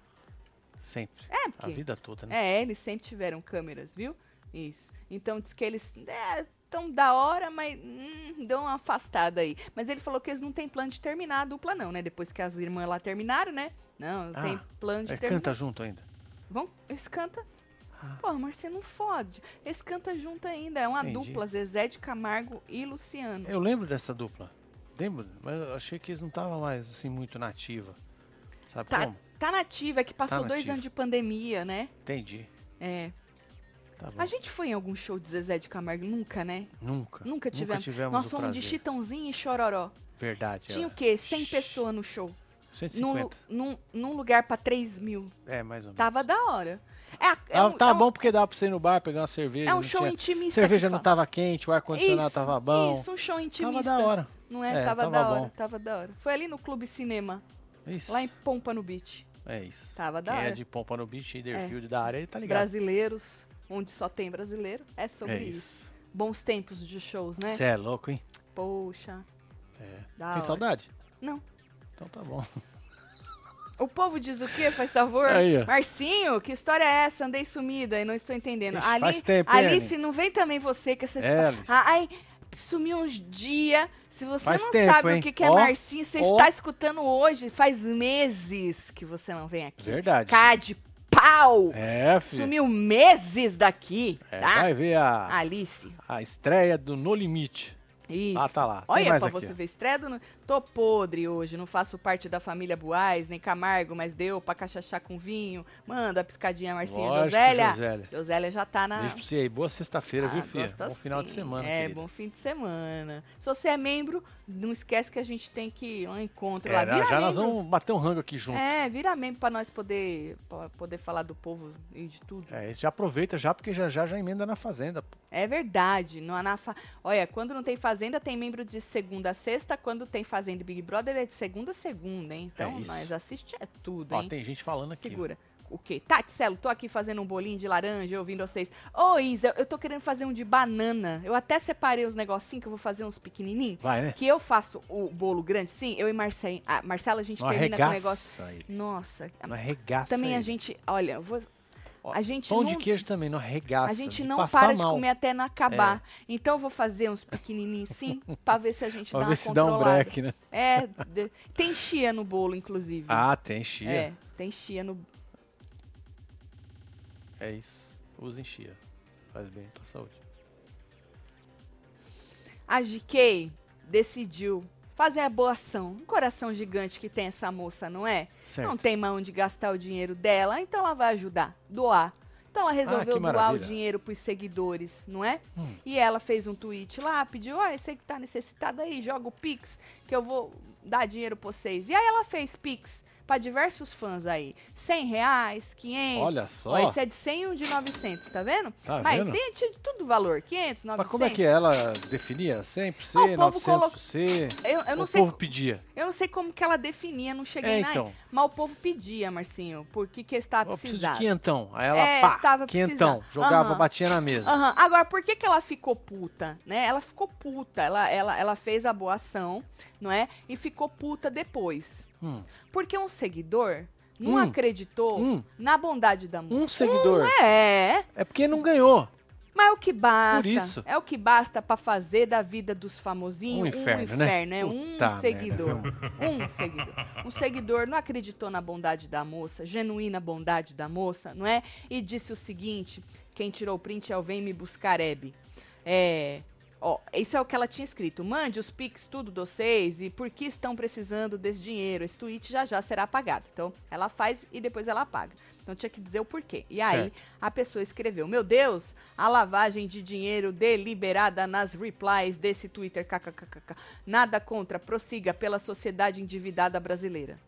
[SPEAKER 2] Sempre.
[SPEAKER 1] É,
[SPEAKER 2] A
[SPEAKER 1] porque
[SPEAKER 2] vida toda, né?
[SPEAKER 1] É, eles sempre tiveram câmeras, viu? Isso. Então diz que eles é, tão da hora, mas hum, dão uma afastada aí. Mas ele falou que eles não têm plano de terminar a dupla, não, né? Depois que as irmãs lá terminaram, né? Não, não
[SPEAKER 2] Ah,
[SPEAKER 1] tem um- plano de
[SPEAKER 2] É,
[SPEAKER 1] terminar.
[SPEAKER 2] canta junto ainda.
[SPEAKER 1] Vão, eles cantam.
[SPEAKER 2] Ah.
[SPEAKER 1] Pô, mas você não fode. Eles cantam junto ainda. É uma
[SPEAKER 2] Entendi.
[SPEAKER 1] dupla, Zezé de Camargo e Luciano.
[SPEAKER 2] Eu lembro dessa dupla. Lembro, mas eu achei que eles não estavam mais, assim, muito na ativa. Sabe
[SPEAKER 1] Tá,
[SPEAKER 2] como?
[SPEAKER 1] tá nativa, é que passou dois
[SPEAKER 2] nativa.
[SPEAKER 1] anos de pandemia, né?
[SPEAKER 2] Entendi.
[SPEAKER 1] É.
[SPEAKER 2] Tá bom.
[SPEAKER 1] A gente foi em algum show de Zezé de Camargo? Nunca, né?
[SPEAKER 2] Nunca.
[SPEAKER 1] Nunca tivemos. Nós
[SPEAKER 2] o
[SPEAKER 1] fomos de
[SPEAKER 2] prazer.
[SPEAKER 1] Chitãozinho e Chororó.
[SPEAKER 2] Verdade. é.
[SPEAKER 1] Tinha o
[SPEAKER 2] era.
[SPEAKER 1] quê? 100 pessoas no show. Num,
[SPEAKER 2] 150.
[SPEAKER 1] num, num lugar pra 3 mil.
[SPEAKER 2] É, mais ou menos.
[SPEAKER 1] Tava da hora. É, a- Tá, é
[SPEAKER 2] Ah,
[SPEAKER 1] um-
[SPEAKER 2] tá
[SPEAKER 1] é um-
[SPEAKER 2] bom porque dava pra você ir no bar, pegar uma cerveja.
[SPEAKER 1] É um
[SPEAKER 2] não
[SPEAKER 1] show
[SPEAKER 2] tinha-
[SPEAKER 1] intimista.
[SPEAKER 2] Cerveja
[SPEAKER 1] que
[SPEAKER 2] não
[SPEAKER 1] fala.
[SPEAKER 2] tava quente, o ar-condicionado
[SPEAKER 1] Isso,
[SPEAKER 2] tava bom.
[SPEAKER 1] Isso, um show
[SPEAKER 2] tava
[SPEAKER 1] intimista.
[SPEAKER 2] da hora.
[SPEAKER 1] Não é?
[SPEAKER 2] É,
[SPEAKER 1] tava,
[SPEAKER 2] tava
[SPEAKER 1] da
[SPEAKER 2] bom.
[SPEAKER 1] hora, tava da hora. Foi ali no Clube Cinema,
[SPEAKER 2] Isso.
[SPEAKER 1] lá em Pompa no Beach.
[SPEAKER 2] É isso.
[SPEAKER 1] Tava da
[SPEAKER 2] Quem
[SPEAKER 1] hora. É.
[SPEAKER 2] é de Pompa no Beach, Hederfield da área, ele tá ligado.
[SPEAKER 1] Brasileiros, onde só tem brasileiro. É sobre
[SPEAKER 2] é
[SPEAKER 1] isso.
[SPEAKER 2] isso.
[SPEAKER 1] Bons tempos de shows, né?
[SPEAKER 2] Você é louco, hein?
[SPEAKER 1] Poxa,
[SPEAKER 2] É. Tem
[SPEAKER 1] da hora.
[SPEAKER 2] saudade?
[SPEAKER 1] Não.
[SPEAKER 2] Então tá bom.
[SPEAKER 1] O povo diz o quê, faz favor?
[SPEAKER 2] Aí, ó.
[SPEAKER 1] Marcinho, que história é essa? Andei sumida e não estou entendendo.
[SPEAKER 2] Ixi,
[SPEAKER 1] Ali,
[SPEAKER 2] faz tempo, hein,
[SPEAKER 1] Alice, não vem também você que essa
[SPEAKER 2] É,
[SPEAKER 1] história.
[SPEAKER 2] Alice.
[SPEAKER 1] Ah, Ai, sumiu uns dias. Se você
[SPEAKER 2] Faz
[SPEAKER 1] não
[SPEAKER 2] tempo,
[SPEAKER 1] sabe o
[SPEAKER 2] hein?
[SPEAKER 1] que, que é
[SPEAKER 2] Ó,
[SPEAKER 1] Marcinho, você
[SPEAKER 2] ó.
[SPEAKER 1] está escutando hoje. Faz meses que você não vem aqui.
[SPEAKER 2] Verdade.
[SPEAKER 1] Cá de pau!
[SPEAKER 2] É, filho.
[SPEAKER 1] Sumiu meses daqui,
[SPEAKER 2] É,
[SPEAKER 1] tá?
[SPEAKER 2] Vai ver a,
[SPEAKER 1] Alice.
[SPEAKER 2] a estreia do No Limite.
[SPEAKER 1] Isso.
[SPEAKER 2] Ah, tá lá. Tem
[SPEAKER 1] Olha
[SPEAKER 2] mais
[SPEAKER 1] pra
[SPEAKER 2] aqui,
[SPEAKER 1] você
[SPEAKER 2] ó.
[SPEAKER 1] ver, Estredo, no- tô podre hoje, não faço parte da família Buais, nem Camargo, mas deu pra cachachá com vinho, manda a piscadinha Marcinha
[SPEAKER 2] Lógico,
[SPEAKER 1] Josélia.
[SPEAKER 2] Josélia.
[SPEAKER 1] Josélia já tá na...
[SPEAKER 2] Beijo pra você aí. Boa sexta-feira, viu,
[SPEAKER 1] Ah,
[SPEAKER 2] filha?
[SPEAKER 1] gosta
[SPEAKER 2] Bom final de
[SPEAKER 1] sim.
[SPEAKER 2] semana.
[SPEAKER 1] É,
[SPEAKER 2] querida.
[SPEAKER 1] bom fim de semana. Se você é membro, não esquece que a gente tem que um encontro lá.
[SPEAKER 2] É,
[SPEAKER 1] Vira
[SPEAKER 2] já nós
[SPEAKER 1] membro.
[SPEAKER 2] vamos bater um rango aqui junto.
[SPEAKER 1] É, vira membro pra nós poder, pra poder falar do povo e de tudo.
[SPEAKER 2] É, já aproveita já, porque já já já emenda na fazenda. pô.
[SPEAKER 1] É verdade. No Anafa... Olha, quando não tem fazenda, tem membro de segunda a sexta. Quando tem fazenda e Big Brother, é de segunda a segunda, hein? Então,
[SPEAKER 2] É isso.
[SPEAKER 1] nós assiste é tudo,
[SPEAKER 2] Ó,
[SPEAKER 1] hein?
[SPEAKER 2] tem gente falando aqui.
[SPEAKER 1] Segura. O quê? Tati, Celo, tô aqui fazendo um bolinho de laranja, ouvindo vocês. Ô, Isa, eu tô querendo fazer um de banana. Eu até separei uns negocinhos que eu vou fazer uns pequenininhos.
[SPEAKER 2] Vai, né?
[SPEAKER 1] Que eu faço o bolo grande, sim, eu e Marcelo. A Marcela, a gente
[SPEAKER 2] Não
[SPEAKER 1] termina com o negócio.
[SPEAKER 2] arregaça ele.
[SPEAKER 1] Nossa,
[SPEAKER 2] Não arregaça
[SPEAKER 1] também a
[SPEAKER 2] ele.
[SPEAKER 1] gente. Olha, eu vou.
[SPEAKER 2] Ó,
[SPEAKER 1] A gente
[SPEAKER 2] Pão
[SPEAKER 1] não
[SPEAKER 2] de queijo também, não arregaça.
[SPEAKER 1] a gente
[SPEAKER 2] de
[SPEAKER 1] não
[SPEAKER 2] passar
[SPEAKER 1] para de
[SPEAKER 2] mal.
[SPEAKER 1] comer até não acabar. Então eu vou fazer uns pequenininhos sim, pra ver se a gente
[SPEAKER 2] Pra
[SPEAKER 1] dá
[SPEAKER 2] ver
[SPEAKER 1] uma
[SPEAKER 2] se dá um
[SPEAKER 1] controlada.
[SPEAKER 2] break, né?
[SPEAKER 1] É, de- tem chia no bolo inclusive.
[SPEAKER 2] Ah, tem chia.
[SPEAKER 1] Uhum. é, tem chia no
[SPEAKER 2] É isso. Usem chia. Faz bem pra saúde.
[SPEAKER 1] A GK decidiu fazer a boa ação. Um coração gigante que tem essa moça, não é?
[SPEAKER 2] Certo.
[SPEAKER 1] Não tem mais onde gastar o dinheiro dela, então ela vai ajudar, doar. Então ela resolveu
[SPEAKER 2] Ah, que
[SPEAKER 1] doar o
[SPEAKER 2] maravilha.
[SPEAKER 1] dinheiro pros seguidores, não é?
[SPEAKER 2] Hum.
[SPEAKER 1] E ela fez um tweet lá, pediu, ah, você que tá necessitado aí, joga o Pix, que eu vou dar dinheiro pra vocês. E aí ela fez Pix pra diversos fãs aí. 100 reais, 500.
[SPEAKER 2] Olha só.
[SPEAKER 1] Ó, esse é de 100 e um de 900, tá vendo?
[SPEAKER 2] Tá
[SPEAKER 1] Mas
[SPEAKER 2] vendo?
[SPEAKER 1] tem de tudo valor, 500, 900.
[SPEAKER 2] Mas como é que ela definia? 100 por
[SPEAKER 1] Ah, o
[SPEAKER 2] C,
[SPEAKER 1] povo
[SPEAKER 2] 900
[SPEAKER 1] coloca-
[SPEAKER 2] por C?
[SPEAKER 1] Eu, eu não
[SPEAKER 2] o
[SPEAKER 1] sei
[SPEAKER 2] povo pedia.
[SPEAKER 1] Eu não sei como que ela definia, não cheguei
[SPEAKER 2] É,
[SPEAKER 1] na.
[SPEAKER 2] então.
[SPEAKER 1] Mas o povo pedia, Marcinho, por que que estava
[SPEAKER 2] Eu preciso de
[SPEAKER 1] precisando.
[SPEAKER 2] quinhentão. Aí ela,
[SPEAKER 1] É,
[SPEAKER 2] pá,
[SPEAKER 1] tava
[SPEAKER 2] quinhentão.
[SPEAKER 1] precisando.
[SPEAKER 2] Jogava,
[SPEAKER 1] Aham. Ah,
[SPEAKER 2] batia na mesa.
[SPEAKER 1] Aham. Agora, por que, que ela ficou puta, né? Ela ficou puta, ela, ela, ela fez a boa ação, não é? E ficou puta depois.
[SPEAKER 2] Hum.
[SPEAKER 1] Porque um seguidor não
[SPEAKER 2] Hum.
[SPEAKER 1] acreditou
[SPEAKER 2] Hum.
[SPEAKER 1] na bondade da moça.
[SPEAKER 2] Um seguidor.
[SPEAKER 1] É,
[SPEAKER 2] É porque não ganhou.
[SPEAKER 1] mas é o que basta.
[SPEAKER 2] Por isso.
[SPEAKER 1] É o que basta pra fazer da vida dos famosinhos
[SPEAKER 2] Um inferno, né?
[SPEAKER 1] é
[SPEAKER 2] Puta
[SPEAKER 1] um
[SPEAKER 2] merda.
[SPEAKER 1] seguidor. Um seguidor. Um seguidor não acreditou na bondade da moça, genuína bondade da moça, não é? E disse o seguinte: quem tirou o print é o Vem Me Buscar Hebe. É. Ó, isso é o que ela tinha escrito. Mande os pics tudo de vocês e por que estão precisando desse dinheiro. Esse tweet já já será apagado. Então, ela faz e depois ela apaga. Então, tinha que dizer o porquê. E aí,
[SPEAKER 2] Certo.
[SPEAKER 1] a pessoa escreveu: Meu Deus, a lavagem de dinheiro deliberada nas replies desse Twitter. kkkk. Nada contra, prossiga pela sociedade endividada brasileira.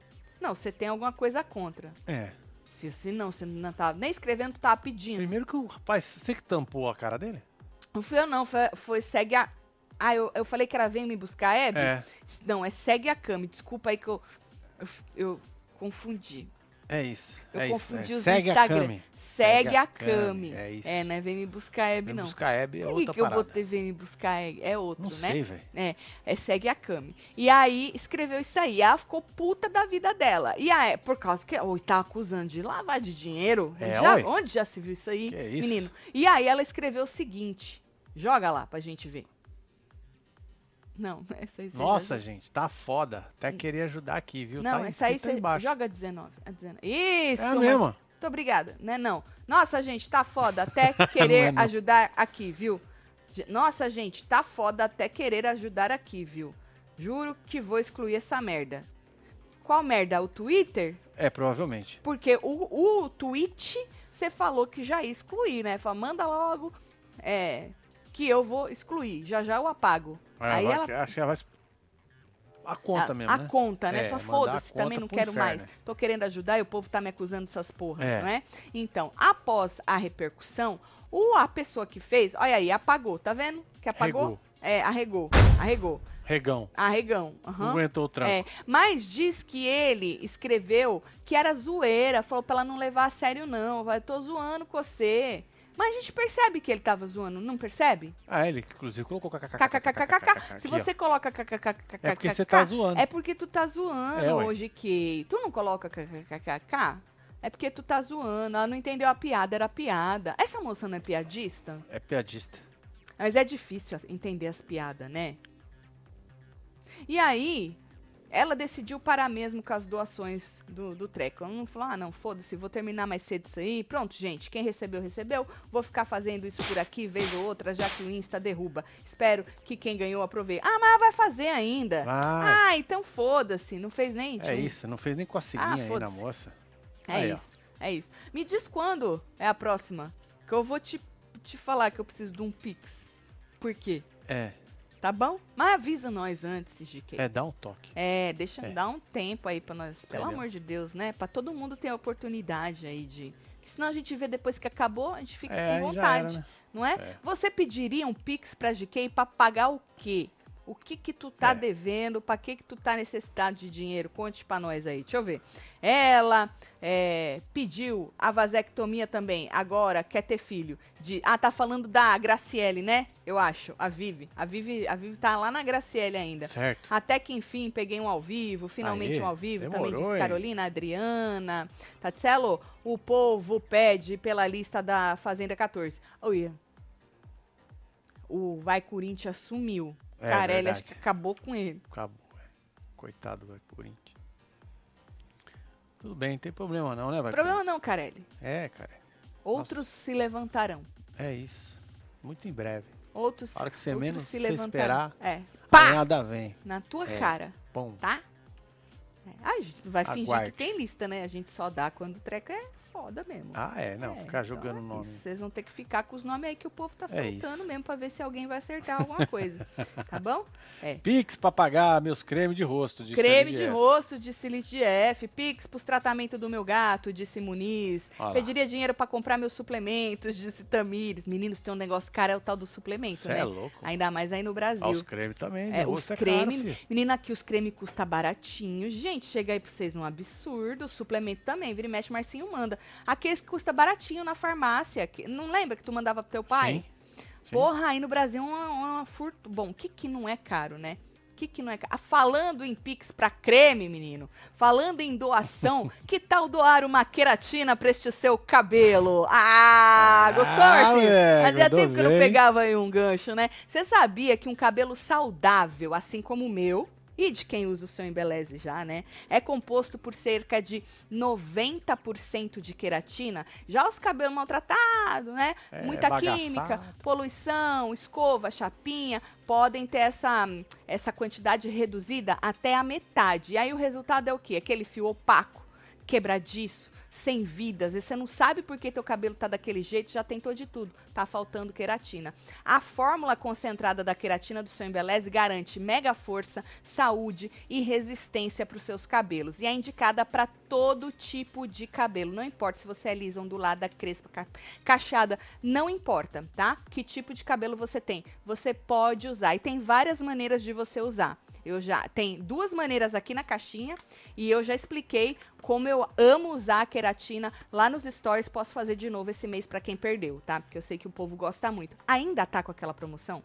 [SPEAKER 1] Não, você tem alguma coisa contra.
[SPEAKER 2] É.
[SPEAKER 1] Se, se não, você não tava nem escrevendo, tava pedindo.
[SPEAKER 2] Primeiro que o rapaz, você que tampou a cara dele?
[SPEAKER 1] Não fui eu, não. Foi, foi segue a. Ah, eu, eu falei que era Vem Me Buscar, Hebe?
[SPEAKER 2] É.
[SPEAKER 1] Não, é segue a Cami. Desculpa aí que eu. Eu, eu confundi.
[SPEAKER 2] É isso.
[SPEAKER 1] Eu
[SPEAKER 2] é
[SPEAKER 1] confundi
[SPEAKER 2] isso. é.
[SPEAKER 1] os
[SPEAKER 2] Segue
[SPEAKER 1] Instagram.
[SPEAKER 2] A Cami.
[SPEAKER 1] Segue,
[SPEAKER 2] Segue
[SPEAKER 1] a
[SPEAKER 2] a Cami,
[SPEAKER 1] Cami.
[SPEAKER 2] é isso.
[SPEAKER 1] É, né? Vem me buscar, Hebe,
[SPEAKER 2] Vem
[SPEAKER 1] não.
[SPEAKER 2] buscar Hebe é
[SPEAKER 1] Por que,
[SPEAKER 2] outra
[SPEAKER 1] que eu
[SPEAKER 2] parada.
[SPEAKER 1] vou ter Vem me buscar? É, é outro,
[SPEAKER 2] Não
[SPEAKER 1] né?
[SPEAKER 2] sei, velho.
[SPEAKER 1] É, é, segue a Cami. E aí escreveu isso aí. Ela ficou puta da vida dela. E aí, por causa que. Oi, tá acusando de lavar de dinheiro? Onde,
[SPEAKER 2] É,
[SPEAKER 1] já,
[SPEAKER 2] oi.
[SPEAKER 1] onde já se viu isso aí,
[SPEAKER 2] Que é isso?
[SPEAKER 1] menino? E aí ela escreveu o seguinte: joga lá pra gente ver. Não, essa aí você já-
[SPEAKER 2] Nossa, gente, tá foda. Até queria ajudar aqui, viu?
[SPEAKER 1] Hum. Não,
[SPEAKER 2] tá
[SPEAKER 1] essa aí
[SPEAKER 2] escrito
[SPEAKER 1] você
[SPEAKER 2] embaixo.
[SPEAKER 1] joga 19. A 19. Isso,
[SPEAKER 2] É a
[SPEAKER 1] mano.
[SPEAKER 2] mesma.
[SPEAKER 1] Muito obrigada, né? Não. Nossa, gente, tá foda até querer
[SPEAKER 2] Não é não.
[SPEAKER 1] ajudar aqui, viu? Ge- Nossa, gente, tá foda até querer ajudar aqui, viu? Juro que vou excluir essa merda. Qual merda? O Twitter?
[SPEAKER 2] É, provavelmente.
[SPEAKER 1] Porque o, o tweet você falou que já ia excluir, né? Fala, manda logo é, que eu vou excluir. Já já eu apago.
[SPEAKER 2] Ah,
[SPEAKER 1] Aí
[SPEAKER 2] vai-
[SPEAKER 1] ela
[SPEAKER 2] Acho que ela vai... A conta
[SPEAKER 1] a,
[SPEAKER 2] mesmo,
[SPEAKER 1] a
[SPEAKER 2] né?
[SPEAKER 1] conta, né?
[SPEAKER 2] É,
[SPEAKER 1] Fala,
[SPEAKER 2] mandar a
[SPEAKER 1] foda-se, também
[SPEAKER 2] conta
[SPEAKER 1] não
[SPEAKER 2] pro
[SPEAKER 1] quero
[SPEAKER 2] inferno,
[SPEAKER 1] mais.
[SPEAKER 2] né?
[SPEAKER 1] Tô querendo ajudar e o povo tá me acusando dessas porra,
[SPEAKER 2] É.
[SPEAKER 1] não é? Então, após a repercussão, o, a pessoa que fez, olha aí, apagou, tá vendo? Que apagou?
[SPEAKER 2] Regou.
[SPEAKER 1] É, arregou, arregou,
[SPEAKER 2] Regão.
[SPEAKER 1] arregão.
[SPEAKER 2] Não
[SPEAKER 1] aham.
[SPEAKER 2] aguentou o tranco.
[SPEAKER 1] É, mas diz que ele escreveu que era zoeira, falou pra ela não levar a sério, não. Vai, tô zoando com você. Mas a gente percebe que ele tava zoando, não percebe?
[SPEAKER 2] Ah, ele inclusive colocou kkkkk.
[SPEAKER 1] kkkkkk. Se você coloca kkkkkk,
[SPEAKER 2] É porque você tá zoando.
[SPEAKER 1] É porque tu tá zoando
[SPEAKER 2] É, ué.
[SPEAKER 1] hoje, Key. Tu não coloca kkkk? É porque tu tá zoando. Ela não entendeu a piada, era piada. Essa moça não é piadista?
[SPEAKER 2] É piadista.
[SPEAKER 1] Mas é difícil entender as piadas, né? E aí, Ela decidiu parar mesmo com as doações do, do treco. Ela não falou, ah, não, foda-se, vou terminar mais cedo isso aí. Pronto, gente, quem recebeu, recebeu. Vou ficar fazendo isso por aqui, vez ou outra, já que o Insta derruba. Espero que quem ganhou aproveite. Ah, mas ela vai fazer ainda.
[SPEAKER 2] Vai.
[SPEAKER 1] Ah, então foda-se, não fez nem
[SPEAKER 2] É
[SPEAKER 1] tchum.
[SPEAKER 2] isso, não fez nem coceguinha
[SPEAKER 1] Ah,
[SPEAKER 2] aí na
[SPEAKER 1] foda-se.
[SPEAKER 2] moça.
[SPEAKER 1] É
[SPEAKER 2] Aí, ó.
[SPEAKER 1] isso, é isso. Me diz quando é a próxima, que eu vou te, te falar que eu preciso de um pix. Por quê?
[SPEAKER 2] É,
[SPEAKER 1] Tá bom? Mas avisa nós antes, GK.
[SPEAKER 2] é, dá um toque.
[SPEAKER 1] É, deixa
[SPEAKER 2] É.
[SPEAKER 1] dar um tempo aí pra nós, pelo
[SPEAKER 2] Entendeu?
[SPEAKER 1] amor de Deus, né? Pra todo mundo ter a oportunidade aí de. Que senão a gente vê depois que acabou, a gente fica
[SPEAKER 2] É, aí já
[SPEAKER 1] com vontade,
[SPEAKER 2] era, né?
[SPEAKER 1] não é?
[SPEAKER 2] É.
[SPEAKER 1] Você pediria um Pix pra GK pra pagar o quê? O que que tu tá
[SPEAKER 2] É.
[SPEAKER 1] devendo? Pra que que tu tá necessitado de dinheiro? Conte pra nós aí, deixa eu ver. Ela é, pediu a vasectomia também, agora quer ter filho. De, ah, tá falando da Graciele, né? Eu acho, a Vivi. A Vivi, a Vivi tá lá na Graciele ainda.
[SPEAKER 2] Certo.
[SPEAKER 1] Até que enfim, peguei um ao vivo, finalmente
[SPEAKER 2] Aê,
[SPEAKER 1] um ao vivo, também
[SPEAKER 2] demorou,
[SPEAKER 1] disse
[SPEAKER 2] hein?
[SPEAKER 1] Carolina, Adriana, Tatselo, o povo pede pela lista da Fazenda 14. Olha, o Vai Corinthians sumiu.
[SPEAKER 2] É,
[SPEAKER 1] Carelli
[SPEAKER 2] verdade.
[SPEAKER 1] acho que acabou com ele.
[SPEAKER 2] Acabou, é. Coitado do Corinthians. Tudo bem, não tem problema não, né, vai?
[SPEAKER 1] Problema não, Carelli.
[SPEAKER 2] É, cara.
[SPEAKER 1] Outros se levantarão.
[SPEAKER 2] É isso. Muito em breve.
[SPEAKER 1] Outros,
[SPEAKER 2] A hora que você é
[SPEAKER 1] outros
[SPEAKER 2] menos
[SPEAKER 1] se
[SPEAKER 2] você
[SPEAKER 1] levantarão.
[SPEAKER 2] esperar,
[SPEAKER 1] É.
[SPEAKER 2] Pá!
[SPEAKER 1] Pá!
[SPEAKER 2] Nada vem.
[SPEAKER 1] Na tua
[SPEAKER 2] É.
[SPEAKER 1] cara,
[SPEAKER 2] Bom,
[SPEAKER 1] tá? É. Ai, a gente vai fingir
[SPEAKER 2] Aguarde.
[SPEAKER 1] que tem lista, né? A gente só dá quando o treco é foda mesmo.
[SPEAKER 2] ah, é, não,
[SPEAKER 1] É,
[SPEAKER 2] ficar
[SPEAKER 1] então
[SPEAKER 2] jogando
[SPEAKER 1] é
[SPEAKER 2] nome.
[SPEAKER 1] isso. Vocês vão ter que ficar com os nomes aí que o povo tá
[SPEAKER 2] É
[SPEAKER 1] soltando
[SPEAKER 2] isso.
[SPEAKER 1] mesmo pra ver se alguém vai acertar alguma coisa. tá bom? É.
[SPEAKER 2] Pix pra pagar meus cremes de rosto. disse
[SPEAKER 1] Creme
[SPEAKER 2] a
[SPEAKER 1] de
[SPEAKER 2] MGF.
[SPEAKER 1] rosto de Silite de F, Pix pros tratamentos do meu gato, disse Muniz.
[SPEAKER 2] Olha lá.
[SPEAKER 1] Pediria dinheiro pra comprar meus suplementos, disse Tamires. Meninos, tem um negócio cara, é o tal do suplemento,
[SPEAKER 2] Cê
[SPEAKER 1] né?
[SPEAKER 2] é louco.
[SPEAKER 1] Ainda mais aí no
[SPEAKER 2] Ah, os
[SPEAKER 1] Brasil.
[SPEAKER 2] cremes também.
[SPEAKER 1] É,
[SPEAKER 2] né?
[SPEAKER 1] os
[SPEAKER 2] rosto é
[SPEAKER 1] creme,
[SPEAKER 2] Caro, filho.
[SPEAKER 1] menina, aqui os creme custa baratinho. Gente, chega aí pra vocês um absurdo. Suplemento também, vira e mexe, Marcinho manda. Aqueles que custa baratinho na farmácia. que- não lembra que tu mandava pro teu pai?
[SPEAKER 2] Sim. Sim.
[SPEAKER 1] Porra, aí no Brasil é uma, uma furto. Bom, o que que não é caro, né? O que que não é caro? Ah, Falando em Pix pra creme, menino. Falando em doação, que tal doar uma queratina pra este seu cabelo? Ah, gostou,
[SPEAKER 2] Ah,
[SPEAKER 1] Marcinho?
[SPEAKER 2] moleque,
[SPEAKER 1] Fazia
[SPEAKER 2] mandou
[SPEAKER 1] tempo que eu não
[SPEAKER 2] bem.
[SPEAKER 1] pegava aí um gancho, né? Você sabia que um cabelo saudável, assim como o meu, e de quem usa o seu embeleze já, né? É composto por cerca de 90% de queratina. Já os cabelos maltratados, né?
[SPEAKER 2] É,
[SPEAKER 1] Muita
[SPEAKER 2] bagaçado.
[SPEAKER 1] química, poluição, escova, chapinha, podem ter essa, essa quantidade reduzida até a metade. E aí o resultado é o quê? Aquele fio opaco, quebradiço, sem vidas. E você não sabe por que teu cabelo tá daquele jeito, já tentou de tudo. Tá faltando queratina. A fórmula concentrada da queratina do seu embeleze garante mega força, saúde e resistência para os seus cabelos. E é indicada para todo tipo de cabelo. Não importa se você é lisa, ondulada, crespa, ca- cacheada, não importa, tá? Que tipo de cabelo você tem. Você pode usar. E tem várias maneiras de você usar. Eu já tem duas maneiras aqui na caixinha e eu já expliquei como eu amo usar a queratina lá nos stories. Posso fazer de novo esse mês pra quem perdeu, tá? Porque eu sei que o povo gosta muito. Ainda tá com aquela promoção?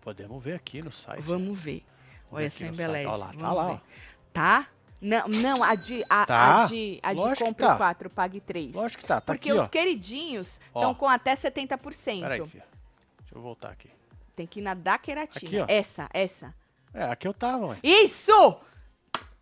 [SPEAKER 2] Podemos ver aqui no site.
[SPEAKER 1] Vamos ver.
[SPEAKER 2] aqui
[SPEAKER 1] Olha essa
[SPEAKER 2] no site.
[SPEAKER 1] embeleza.
[SPEAKER 2] Ó lá, tá
[SPEAKER 1] Vamos
[SPEAKER 2] lá,
[SPEAKER 1] ver.
[SPEAKER 2] ó.
[SPEAKER 1] Tá? Não, não, a de, a,
[SPEAKER 2] Tá.
[SPEAKER 1] a de, a de
[SPEAKER 2] Lógico que
[SPEAKER 1] compre
[SPEAKER 2] tá.
[SPEAKER 1] 4, pague 3.
[SPEAKER 2] Lógico que tá, tá
[SPEAKER 1] Porque
[SPEAKER 2] aqui,
[SPEAKER 1] os
[SPEAKER 2] ó.
[SPEAKER 1] queridinhos
[SPEAKER 2] Ó.
[SPEAKER 1] estão com até
[SPEAKER 2] Peraí,
[SPEAKER 1] 70%.
[SPEAKER 2] filho. Deixa eu voltar aqui.
[SPEAKER 1] Tem que ir na da queratina.
[SPEAKER 2] Aqui, ó.
[SPEAKER 1] essa, essa.
[SPEAKER 2] É, aqui eu tava, ué.
[SPEAKER 1] Isso!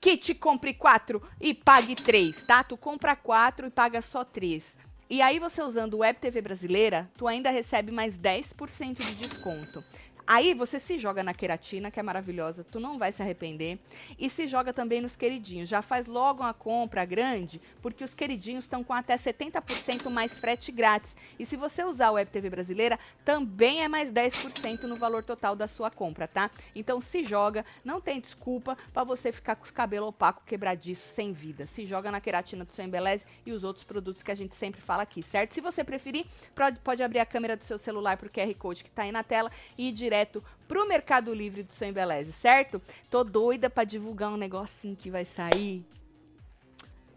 [SPEAKER 1] Kit compre 4 e pague 3, tá? Tu compra 4 e paga só 3. E aí você usando o Web TV Brasileira, tu ainda recebe mais 10% de desconto. Aí você se joga na queratina, que é maravilhosa, tu não vai se arrepender. E se joga também nos queridinhos. Já faz logo uma compra grande, porque os queridinhos estão com até 70% mais frete grátis. E se você usar o Web TV Brasileira, também é mais 10% no valor total da sua compra, tá? Então se joga, não tem desculpa pra você ficar com os cabelos opacos, quebradiços, sem vida. Se joga na queratina do seu embeleze e os outros produtos que a gente sempre fala aqui, certo? Se você preferir, pro- pode abrir a câmera do seu celular pro QR Code que tá aí na tela e ir direto pro Mercado Livre do seu embeleze, certo? Tô doida pra divulgar um negocinho que vai sair.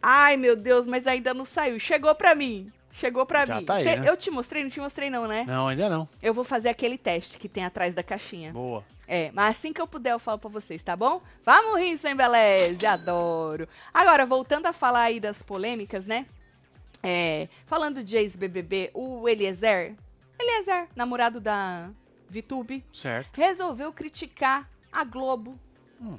[SPEAKER 1] Ai, meu Deus, mas ainda não saiu. Chegou pra mim. Chegou pra
[SPEAKER 2] Já
[SPEAKER 1] mim.
[SPEAKER 2] tá aí,
[SPEAKER 1] Cê-
[SPEAKER 2] né?
[SPEAKER 1] Eu te mostrei, não te mostrei não, né?
[SPEAKER 2] Não, ainda não.
[SPEAKER 1] Eu vou fazer aquele teste que tem atrás da caixinha.
[SPEAKER 2] Boa.
[SPEAKER 1] É, mas assim que eu puder eu falo pra vocês, tá bom? Vamos rir, sem beleza, adoro. Agora, voltando a falar aí das polêmicas, né? É, falando de ex-BBB, o Eliezer, Eliezer, namorado da Vitube,
[SPEAKER 2] Certo.
[SPEAKER 1] resolveu criticar a Globo.
[SPEAKER 2] Hum.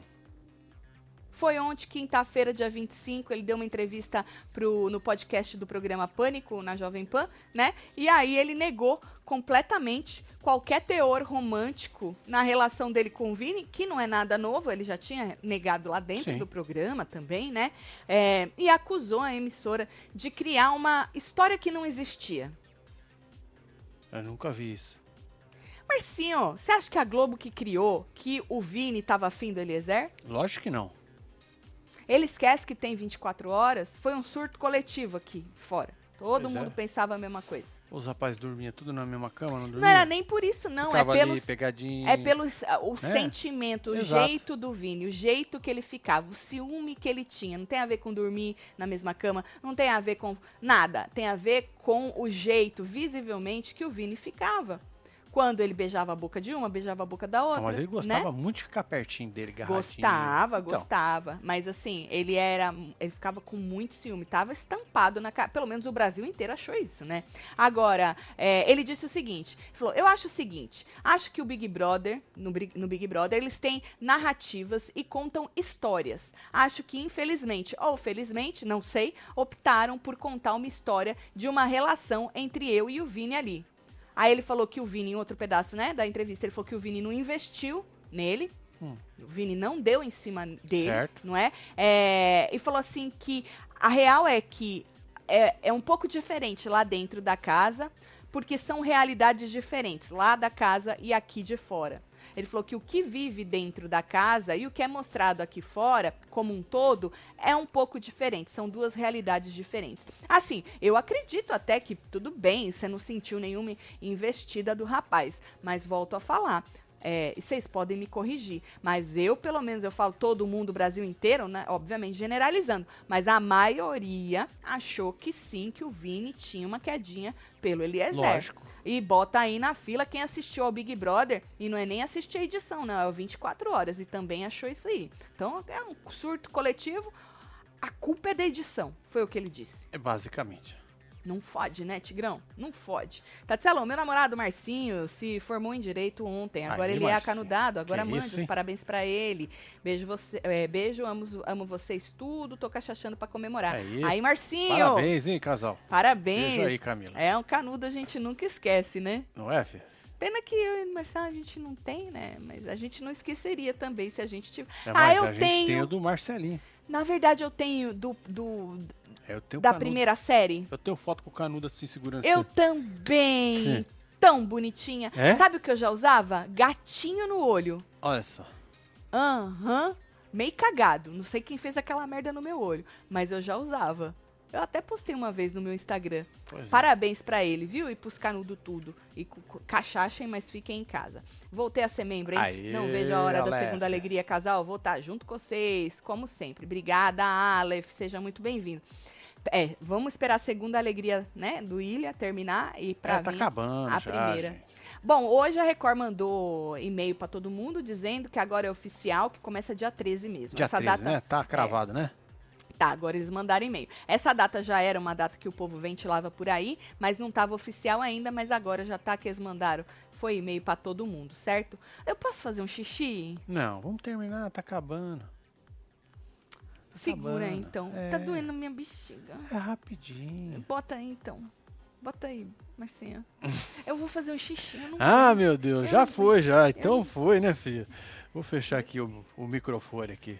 [SPEAKER 1] Foi ontem, quinta-feira, dia 25, ele deu uma entrevista pro, no podcast do programa Pânico, na Jovem Pan, né? E aí ele negou completamente qualquer teor romântico na relação dele com o Vini, que não é nada novo, ele já tinha negado lá dentro
[SPEAKER 2] Sim.
[SPEAKER 1] do programa também, né? É, e acusou a emissora de criar uma história que não existia.
[SPEAKER 2] Eu nunca vi isso.
[SPEAKER 1] Marcinho, você acha que a Globo que criou que o Vini tava afim do Eliezer?
[SPEAKER 2] Lógico que não.
[SPEAKER 1] Ele esquece que tem 24 horas? Foi um surto coletivo aqui fora. Todo
[SPEAKER 2] Pois
[SPEAKER 1] mundo
[SPEAKER 2] é.
[SPEAKER 1] pensava a mesma coisa.
[SPEAKER 2] Os rapazes dormiam tudo na mesma cama, não dormiam?
[SPEAKER 1] Não era nem por isso, não.
[SPEAKER 2] Hum. Ficava
[SPEAKER 1] é pelos.
[SPEAKER 2] ali, pegadinha.
[SPEAKER 1] É pelo s- ah, o
[SPEAKER 2] É.
[SPEAKER 1] sentimento, o
[SPEAKER 2] Exato.
[SPEAKER 1] jeito do Vini, o jeito que ele ficava, o ciúme que ele tinha. Não tem a ver com dormir na mesma cama, não tem a ver com nada. Tem a ver com o jeito, visivelmente, que o Vini ficava. Quando ele beijava a boca de uma, beijava a boca da outra.
[SPEAKER 2] Não, mas ele
[SPEAKER 1] né?
[SPEAKER 2] gostava muito de ficar pertinho dele, garradinho.
[SPEAKER 1] Gostava,
[SPEAKER 2] Então,
[SPEAKER 1] gostava. Mas assim, ele era. Ele ficava com muito ciúme. Tava estampado na cara. Pelo menos o Brasil inteiro achou isso, né? Agora, é, ele disse o seguinte: ele falou: Eu acho o seguinte: acho que o Big Brother, no, Bri- no Big Brother, eles têm narrativas e contam histórias. Acho que, infelizmente, ou felizmente, não sei, optaram por contar uma história de uma relação entre eu e o Vini ali. Aí ele falou que o Vini, em outro pedaço, né, da entrevista, ele falou que o Vini não investiu nele.
[SPEAKER 2] Hum.
[SPEAKER 1] O Vini não deu em cima dele,
[SPEAKER 2] Certo.
[SPEAKER 1] não é? É, E falou assim que a real é que é, é um pouco diferente lá dentro da casa, porque são realidades diferentes lá da casa e aqui de fora. Ele falou que o que vive dentro da casa e o que é mostrado aqui fora, como um todo, é um pouco diferente. São duas realidades diferentes. Assim, eu acredito até que tudo bem, você não sentiu nenhuma investida do rapaz. Mas volto a falar. é, e vocês podem me corrigir, mas eu, pelo menos, eu falo todo mundo, o Brasil inteiro, né? Obviamente, generalizando. Mas a maioria achou que sim, que o Vini tinha uma quedinha pelo Eliezer.
[SPEAKER 2] Lógico.
[SPEAKER 1] E bota aí na fila quem assistiu ao Big Brother e não é nem assistir a edição, não, é o 24 horas e também achou isso aí. Então é um surto coletivo. A culpa é da edição, foi o que ele disse.
[SPEAKER 2] É basicamente.
[SPEAKER 1] Não fode, né, Tigrão? Não fode. Tatselão, meu namorado Marcinho se formou em direito ontem. Agora
[SPEAKER 2] Aí,
[SPEAKER 1] ele é
[SPEAKER 2] Marcinho.
[SPEAKER 1] acanudado, agora
[SPEAKER 2] Que
[SPEAKER 1] mande
[SPEAKER 2] isso,
[SPEAKER 1] os
[SPEAKER 2] hein?
[SPEAKER 1] parabéns pra ele. Beijo, você, é, beijo amo, amo vocês tudo, tô cachachando pra comemorar.
[SPEAKER 2] É isso.
[SPEAKER 1] Aí, Marcinho!
[SPEAKER 2] Parabéns, hein, casal?
[SPEAKER 1] Parabéns.
[SPEAKER 2] Beijo aí, Camila.
[SPEAKER 1] É um canudo, a gente nunca esquece, né?
[SPEAKER 2] Não é, filho?
[SPEAKER 1] Pena que eu e o Marcelo a gente não tem, né? Mas a gente não esqueceria também se a gente tivesse.
[SPEAKER 2] É,
[SPEAKER 1] ah,
[SPEAKER 2] mas
[SPEAKER 1] eu
[SPEAKER 2] a gente
[SPEAKER 1] tenho.
[SPEAKER 2] tem o do Marcelinho. É,
[SPEAKER 1] Na verdade, eu tenho do, do
[SPEAKER 2] Eu tenho o
[SPEAKER 1] da
[SPEAKER 2] canudo.
[SPEAKER 1] primeira série.
[SPEAKER 2] Eu tenho foto com o canudo assim, segurando
[SPEAKER 1] Eu
[SPEAKER 2] assim.
[SPEAKER 1] também.
[SPEAKER 2] Sim.
[SPEAKER 1] Tão bonitinha.
[SPEAKER 2] É?
[SPEAKER 1] Sabe o que eu já usava? Gatinho no olho.
[SPEAKER 2] Olha só.
[SPEAKER 1] Aham. Meio cagado. Não sei quem fez aquela merda no meu olho, mas eu já usava. Eu até postei uma vez no meu Instagram.
[SPEAKER 2] Pois é.
[SPEAKER 1] Parabéns pra ele, viu? E pros canudo tudo. E cu- cu- cachachem, mas fiquem em casa. Voltei a ser membro, hein?
[SPEAKER 2] Aê,
[SPEAKER 1] Não vejo a hora da
[SPEAKER 2] Aleph.
[SPEAKER 1] segunda alegria, casal. Vou estar junto com vocês, como sempre. Obrigada, Aleph. Seja muito bem-vindo. É, vamos esperar a segunda alegria, né, do Ilha terminar e pra
[SPEAKER 2] É, tá
[SPEAKER 1] mim-
[SPEAKER 2] acabando
[SPEAKER 1] a
[SPEAKER 2] já,
[SPEAKER 1] primeira.
[SPEAKER 2] gente.
[SPEAKER 1] Bom, hoje a Record mandou e-mail pra todo mundo dizendo que agora é oficial, que começa dia 13 mesmo.
[SPEAKER 2] Dia
[SPEAKER 1] Essa
[SPEAKER 2] 13,
[SPEAKER 1] data é.
[SPEAKER 2] né? Tá cravado, né?
[SPEAKER 1] Tá, agora eles mandaram e-mail. Essa data já era uma data que o povo ventilava por aí, mas não estava oficial ainda, mas agora já tá que eles mandaram. Foi e-mail pra todo mundo, certo? Eu posso fazer um xixi?
[SPEAKER 2] Não, vamos terminar, tá acabando. Tá
[SPEAKER 1] Segura aí,
[SPEAKER 2] acabando.
[SPEAKER 1] então.
[SPEAKER 2] É.
[SPEAKER 1] Tá doendo minha bexiga.
[SPEAKER 2] É rapidinho.
[SPEAKER 1] Bota aí então. Bota aí, Marcinha. eu vou fazer um xixi. Eu não
[SPEAKER 2] Ah,
[SPEAKER 1] vou.
[SPEAKER 2] meu Deus,
[SPEAKER 1] Eu
[SPEAKER 2] já
[SPEAKER 1] não
[SPEAKER 2] foi, já. Então foi, né, filho? Vou fechar aqui o, o microfone aqui.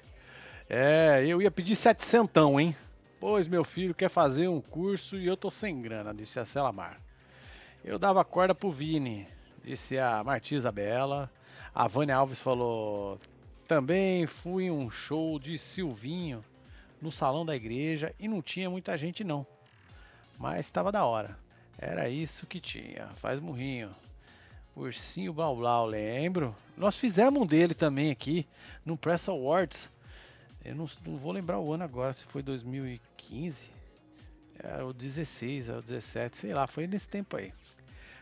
[SPEAKER 2] É, eu ia pedir setecentão, hein? Pois meu filho quer fazer um curso e eu tô sem grana, disse a Celamar. Eu dava corda pro Vini, disse a Martisa Bela. A Vânia Alves falou, também fui em um show de Silvinho no salão da igreja e não tinha muita gente não. Mas estava da hora. Era isso que tinha. Faz murrinho. Ursinho Blau Blau, lembro. Nós fizemos um dele também aqui, no Press Awards. Eu não, não vou lembrar o ano agora, se foi 2015, era É, o 16, era o 17, sei lá, foi nesse tempo aí.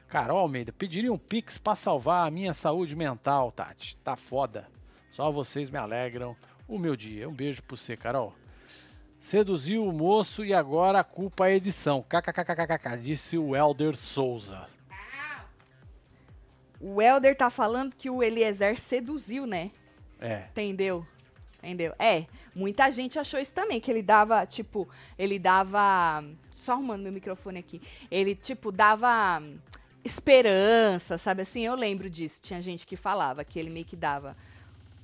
[SPEAKER 2] Carol Almeida, pediria um pix pra salvar a minha saúde mental, Tati. Tá foda. Só vocês me alegram o meu dia. Um beijo pra você, Carol. Seduziu o moço e agora a culpa é a edição. KKKKKK, disse o Elder Souza.
[SPEAKER 1] O Helder tá falando que o Eliezer seduziu, né?
[SPEAKER 2] É,
[SPEAKER 1] Entendeu? Entendeu? É, muita gente achou isso também, que ele dava, tipo, ele dava. Só arrumando meu microfone aqui. Ele, tipo, dava hum, esperança, sabe assim? Eu lembro disso. Tinha gente que falava que ele meio que dava.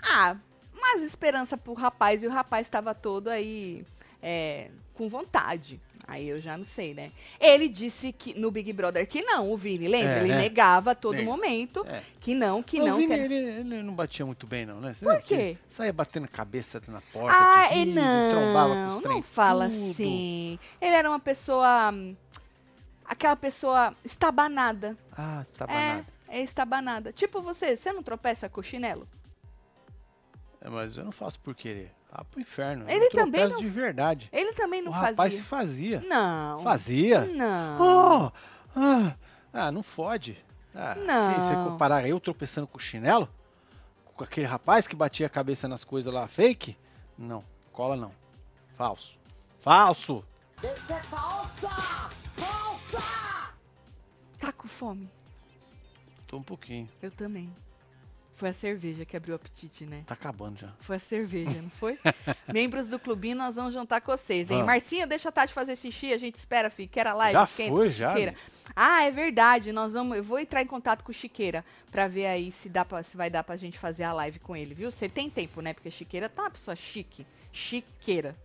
[SPEAKER 1] Ah, mas esperança pro rapaz, e o rapaz estava todo aí. é, com vontade. Aí eu já não sei, né? Ele disse que no Big Brother que não, o Vini, lembra?
[SPEAKER 2] É,
[SPEAKER 1] ele
[SPEAKER 2] né?
[SPEAKER 1] negava a todo
[SPEAKER 2] Nega.
[SPEAKER 1] momento
[SPEAKER 2] É.
[SPEAKER 1] que não, que
[SPEAKER 2] O
[SPEAKER 1] não.
[SPEAKER 2] Vini,
[SPEAKER 1] que era-
[SPEAKER 2] ele, ele não batia muito bem, não, né? Você
[SPEAKER 1] Por
[SPEAKER 2] lembra que
[SPEAKER 1] quê?
[SPEAKER 2] ele Saía batendo cabeça na porta.
[SPEAKER 1] Ah,
[SPEAKER 2] aqui,
[SPEAKER 1] e não,
[SPEAKER 2] Trombava com os trem
[SPEAKER 1] não fala
[SPEAKER 2] tudo.
[SPEAKER 1] assim. Ele era uma pessoa, hum, aquela pessoa estabanada.
[SPEAKER 2] Ah, você tá
[SPEAKER 1] É,
[SPEAKER 2] banado.
[SPEAKER 1] é estabanada. Tipo você, você não tropeça com o chinelo?
[SPEAKER 2] É, mas eu não faço por querer. Ah, pro inferno.
[SPEAKER 1] Ele
[SPEAKER 2] eu
[SPEAKER 1] também
[SPEAKER 2] tropeço
[SPEAKER 1] não-
[SPEAKER 2] de verdade.
[SPEAKER 1] Ele também
[SPEAKER 2] O
[SPEAKER 1] não
[SPEAKER 2] rapaz
[SPEAKER 1] fazia.
[SPEAKER 2] se fazia.
[SPEAKER 1] Não.
[SPEAKER 2] Fazia? Oh,
[SPEAKER 1] Não.
[SPEAKER 2] ah, ah, não fode. Ah, que isso, Você
[SPEAKER 1] Não.
[SPEAKER 2] comparar eu tropeçando com o chinelo? Com aquele rapaz que batia a cabeça nas coisas lá fake? Não, cola não. Falso. Falso!
[SPEAKER 1] Tá com fome?
[SPEAKER 2] Tô um pouquinho.
[SPEAKER 1] Eu também. Foi a cerveja que abriu o apetite, né?
[SPEAKER 2] Tá acabando já.
[SPEAKER 1] Foi a cerveja, não foi? Membros do clubinho, nós vamos jantar com vocês, hein?
[SPEAKER 2] Vamos.
[SPEAKER 1] Marcinha, deixa a Tati fazer xixi, a gente espera, fi. Quer a live?
[SPEAKER 2] já
[SPEAKER 1] Quem-
[SPEAKER 2] foi, já.
[SPEAKER 1] Chiqueira.
[SPEAKER 2] né?
[SPEAKER 1] Ah, é verdade. Nós vamos, eu vou entrar em contato com o Chiqueira pra ver aí se dá pra, se vai dar pra gente fazer a live com ele, viu? Você tem tempo, né? Porque Chiqueira tá uma pessoa chique. Chiqueira.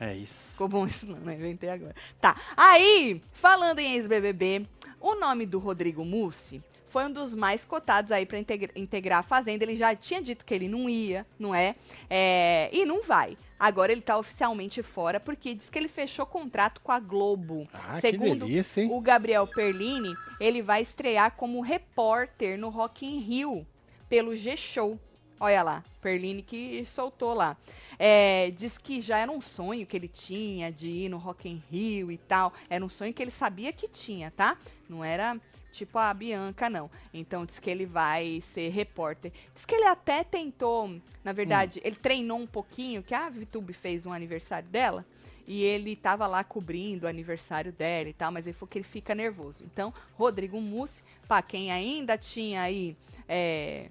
[SPEAKER 2] É isso.
[SPEAKER 1] Ficou bom isso não, né? Inventei agora. Tá. Aí, falando em ex-BBB, o nome do Rodrigo Mussi foi um dos mais cotados aí pra integra- integrar a Fazenda. Ele já tinha dito que ele não ia, não é? É, E não vai. Agora ele tá oficialmente fora porque diz que ele fechou contrato com a Globo.
[SPEAKER 2] Ah, que
[SPEAKER 1] Segundo
[SPEAKER 2] delícia, hein?
[SPEAKER 1] o Gabriel Perlini, ele vai estrear como repórter no Rock in Rio, pelo G-Show. Olha lá, Perlini que soltou lá. É, diz que já era um sonho que ele tinha de ir no Rock in Rio e tal. Era um sonho que ele sabia que tinha, tá? Não era tipo a Bianca, não. Então diz que ele vai ser repórter. Diz que ele até tentou, na verdade, ele treinou um pouquinho, que a VTube fez um aniversário dela. E ele tava lá cobrindo o aniversário dela e tal, mas ele falou que ele fica nervoso. Então, Rodrigo Mussi, pra quem ainda tinha aí é,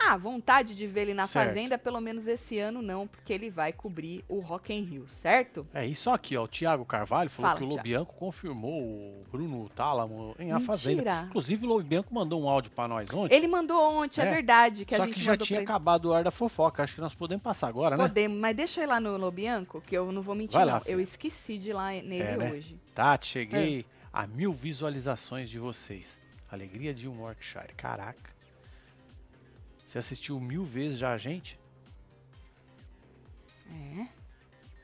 [SPEAKER 1] a vontade de ver ele na
[SPEAKER 2] Certo.
[SPEAKER 1] Fazenda, pelo menos esse ano não, porque ele vai cobrir o Rock in Rio, certo?
[SPEAKER 2] É isso aqui, ó. O Thiago Carvalho falou
[SPEAKER 1] Fala,
[SPEAKER 2] que o
[SPEAKER 1] Thiago.
[SPEAKER 2] Lobianco confirmou o Bruno Tálamo em A
[SPEAKER 1] Mentira.
[SPEAKER 2] Fazenda. Inclusive, o Lobianco mandou um áudio pra nós ontem.
[SPEAKER 1] Ele mandou ontem, é,
[SPEAKER 2] É,
[SPEAKER 1] verdade, que
[SPEAKER 2] só
[SPEAKER 1] a gente
[SPEAKER 2] que já
[SPEAKER 1] mandou
[SPEAKER 2] tinha
[SPEAKER 1] pra ele.
[SPEAKER 2] acabado o ar da fofoca. Acho que nós podemos passar agora, né?
[SPEAKER 1] Podemos, mas deixa ele lá no Lobianco, que eu não vou mentir,
[SPEAKER 2] Vai
[SPEAKER 1] não.
[SPEAKER 2] lá,
[SPEAKER 1] eu
[SPEAKER 2] filha.
[SPEAKER 1] esqueci de ir lá nele
[SPEAKER 2] É, né?
[SPEAKER 1] hoje.
[SPEAKER 2] Tati,
[SPEAKER 1] É.
[SPEAKER 2] cheguei a mil visualizações de vocês. Alegria de um Yorkshire. Caraca. Você assistiu mil vezes já a gente?
[SPEAKER 1] É.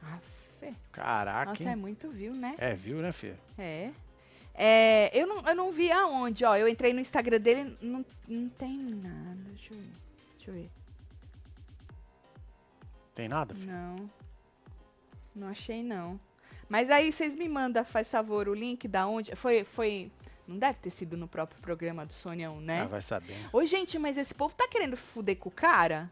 [SPEAKER 1] Aff.
[SPEAKER 2] Caraca,
[SPEAKER 1] Nossa,
[SPEAKER 2] hein?
[SPEAKER 1] é muito viu, né?
[SPEAKER 2] É, viu, né, Fê?
[SPEAKER 1] É. É, eu, não, eu não vi aonde, ó. Eu entrei no Instagram dele, não, não tem nada. Deixa eu ver. Deixa eu ver.
[SPEAKER 2] Tá Tem nada, Fê?
[SPEAKER 1] Não. Não achei, não. Mas aí vocês me mandam, faz favor, o link da onde. Foi, foi. Não deve ter sido no próprio programa do Sonhão, né?
[SPEAKER 2] Ah, vai saber. né?
[SPEAKER 1] Ô, gente, mas esse povo tá querendo fuder com o cara?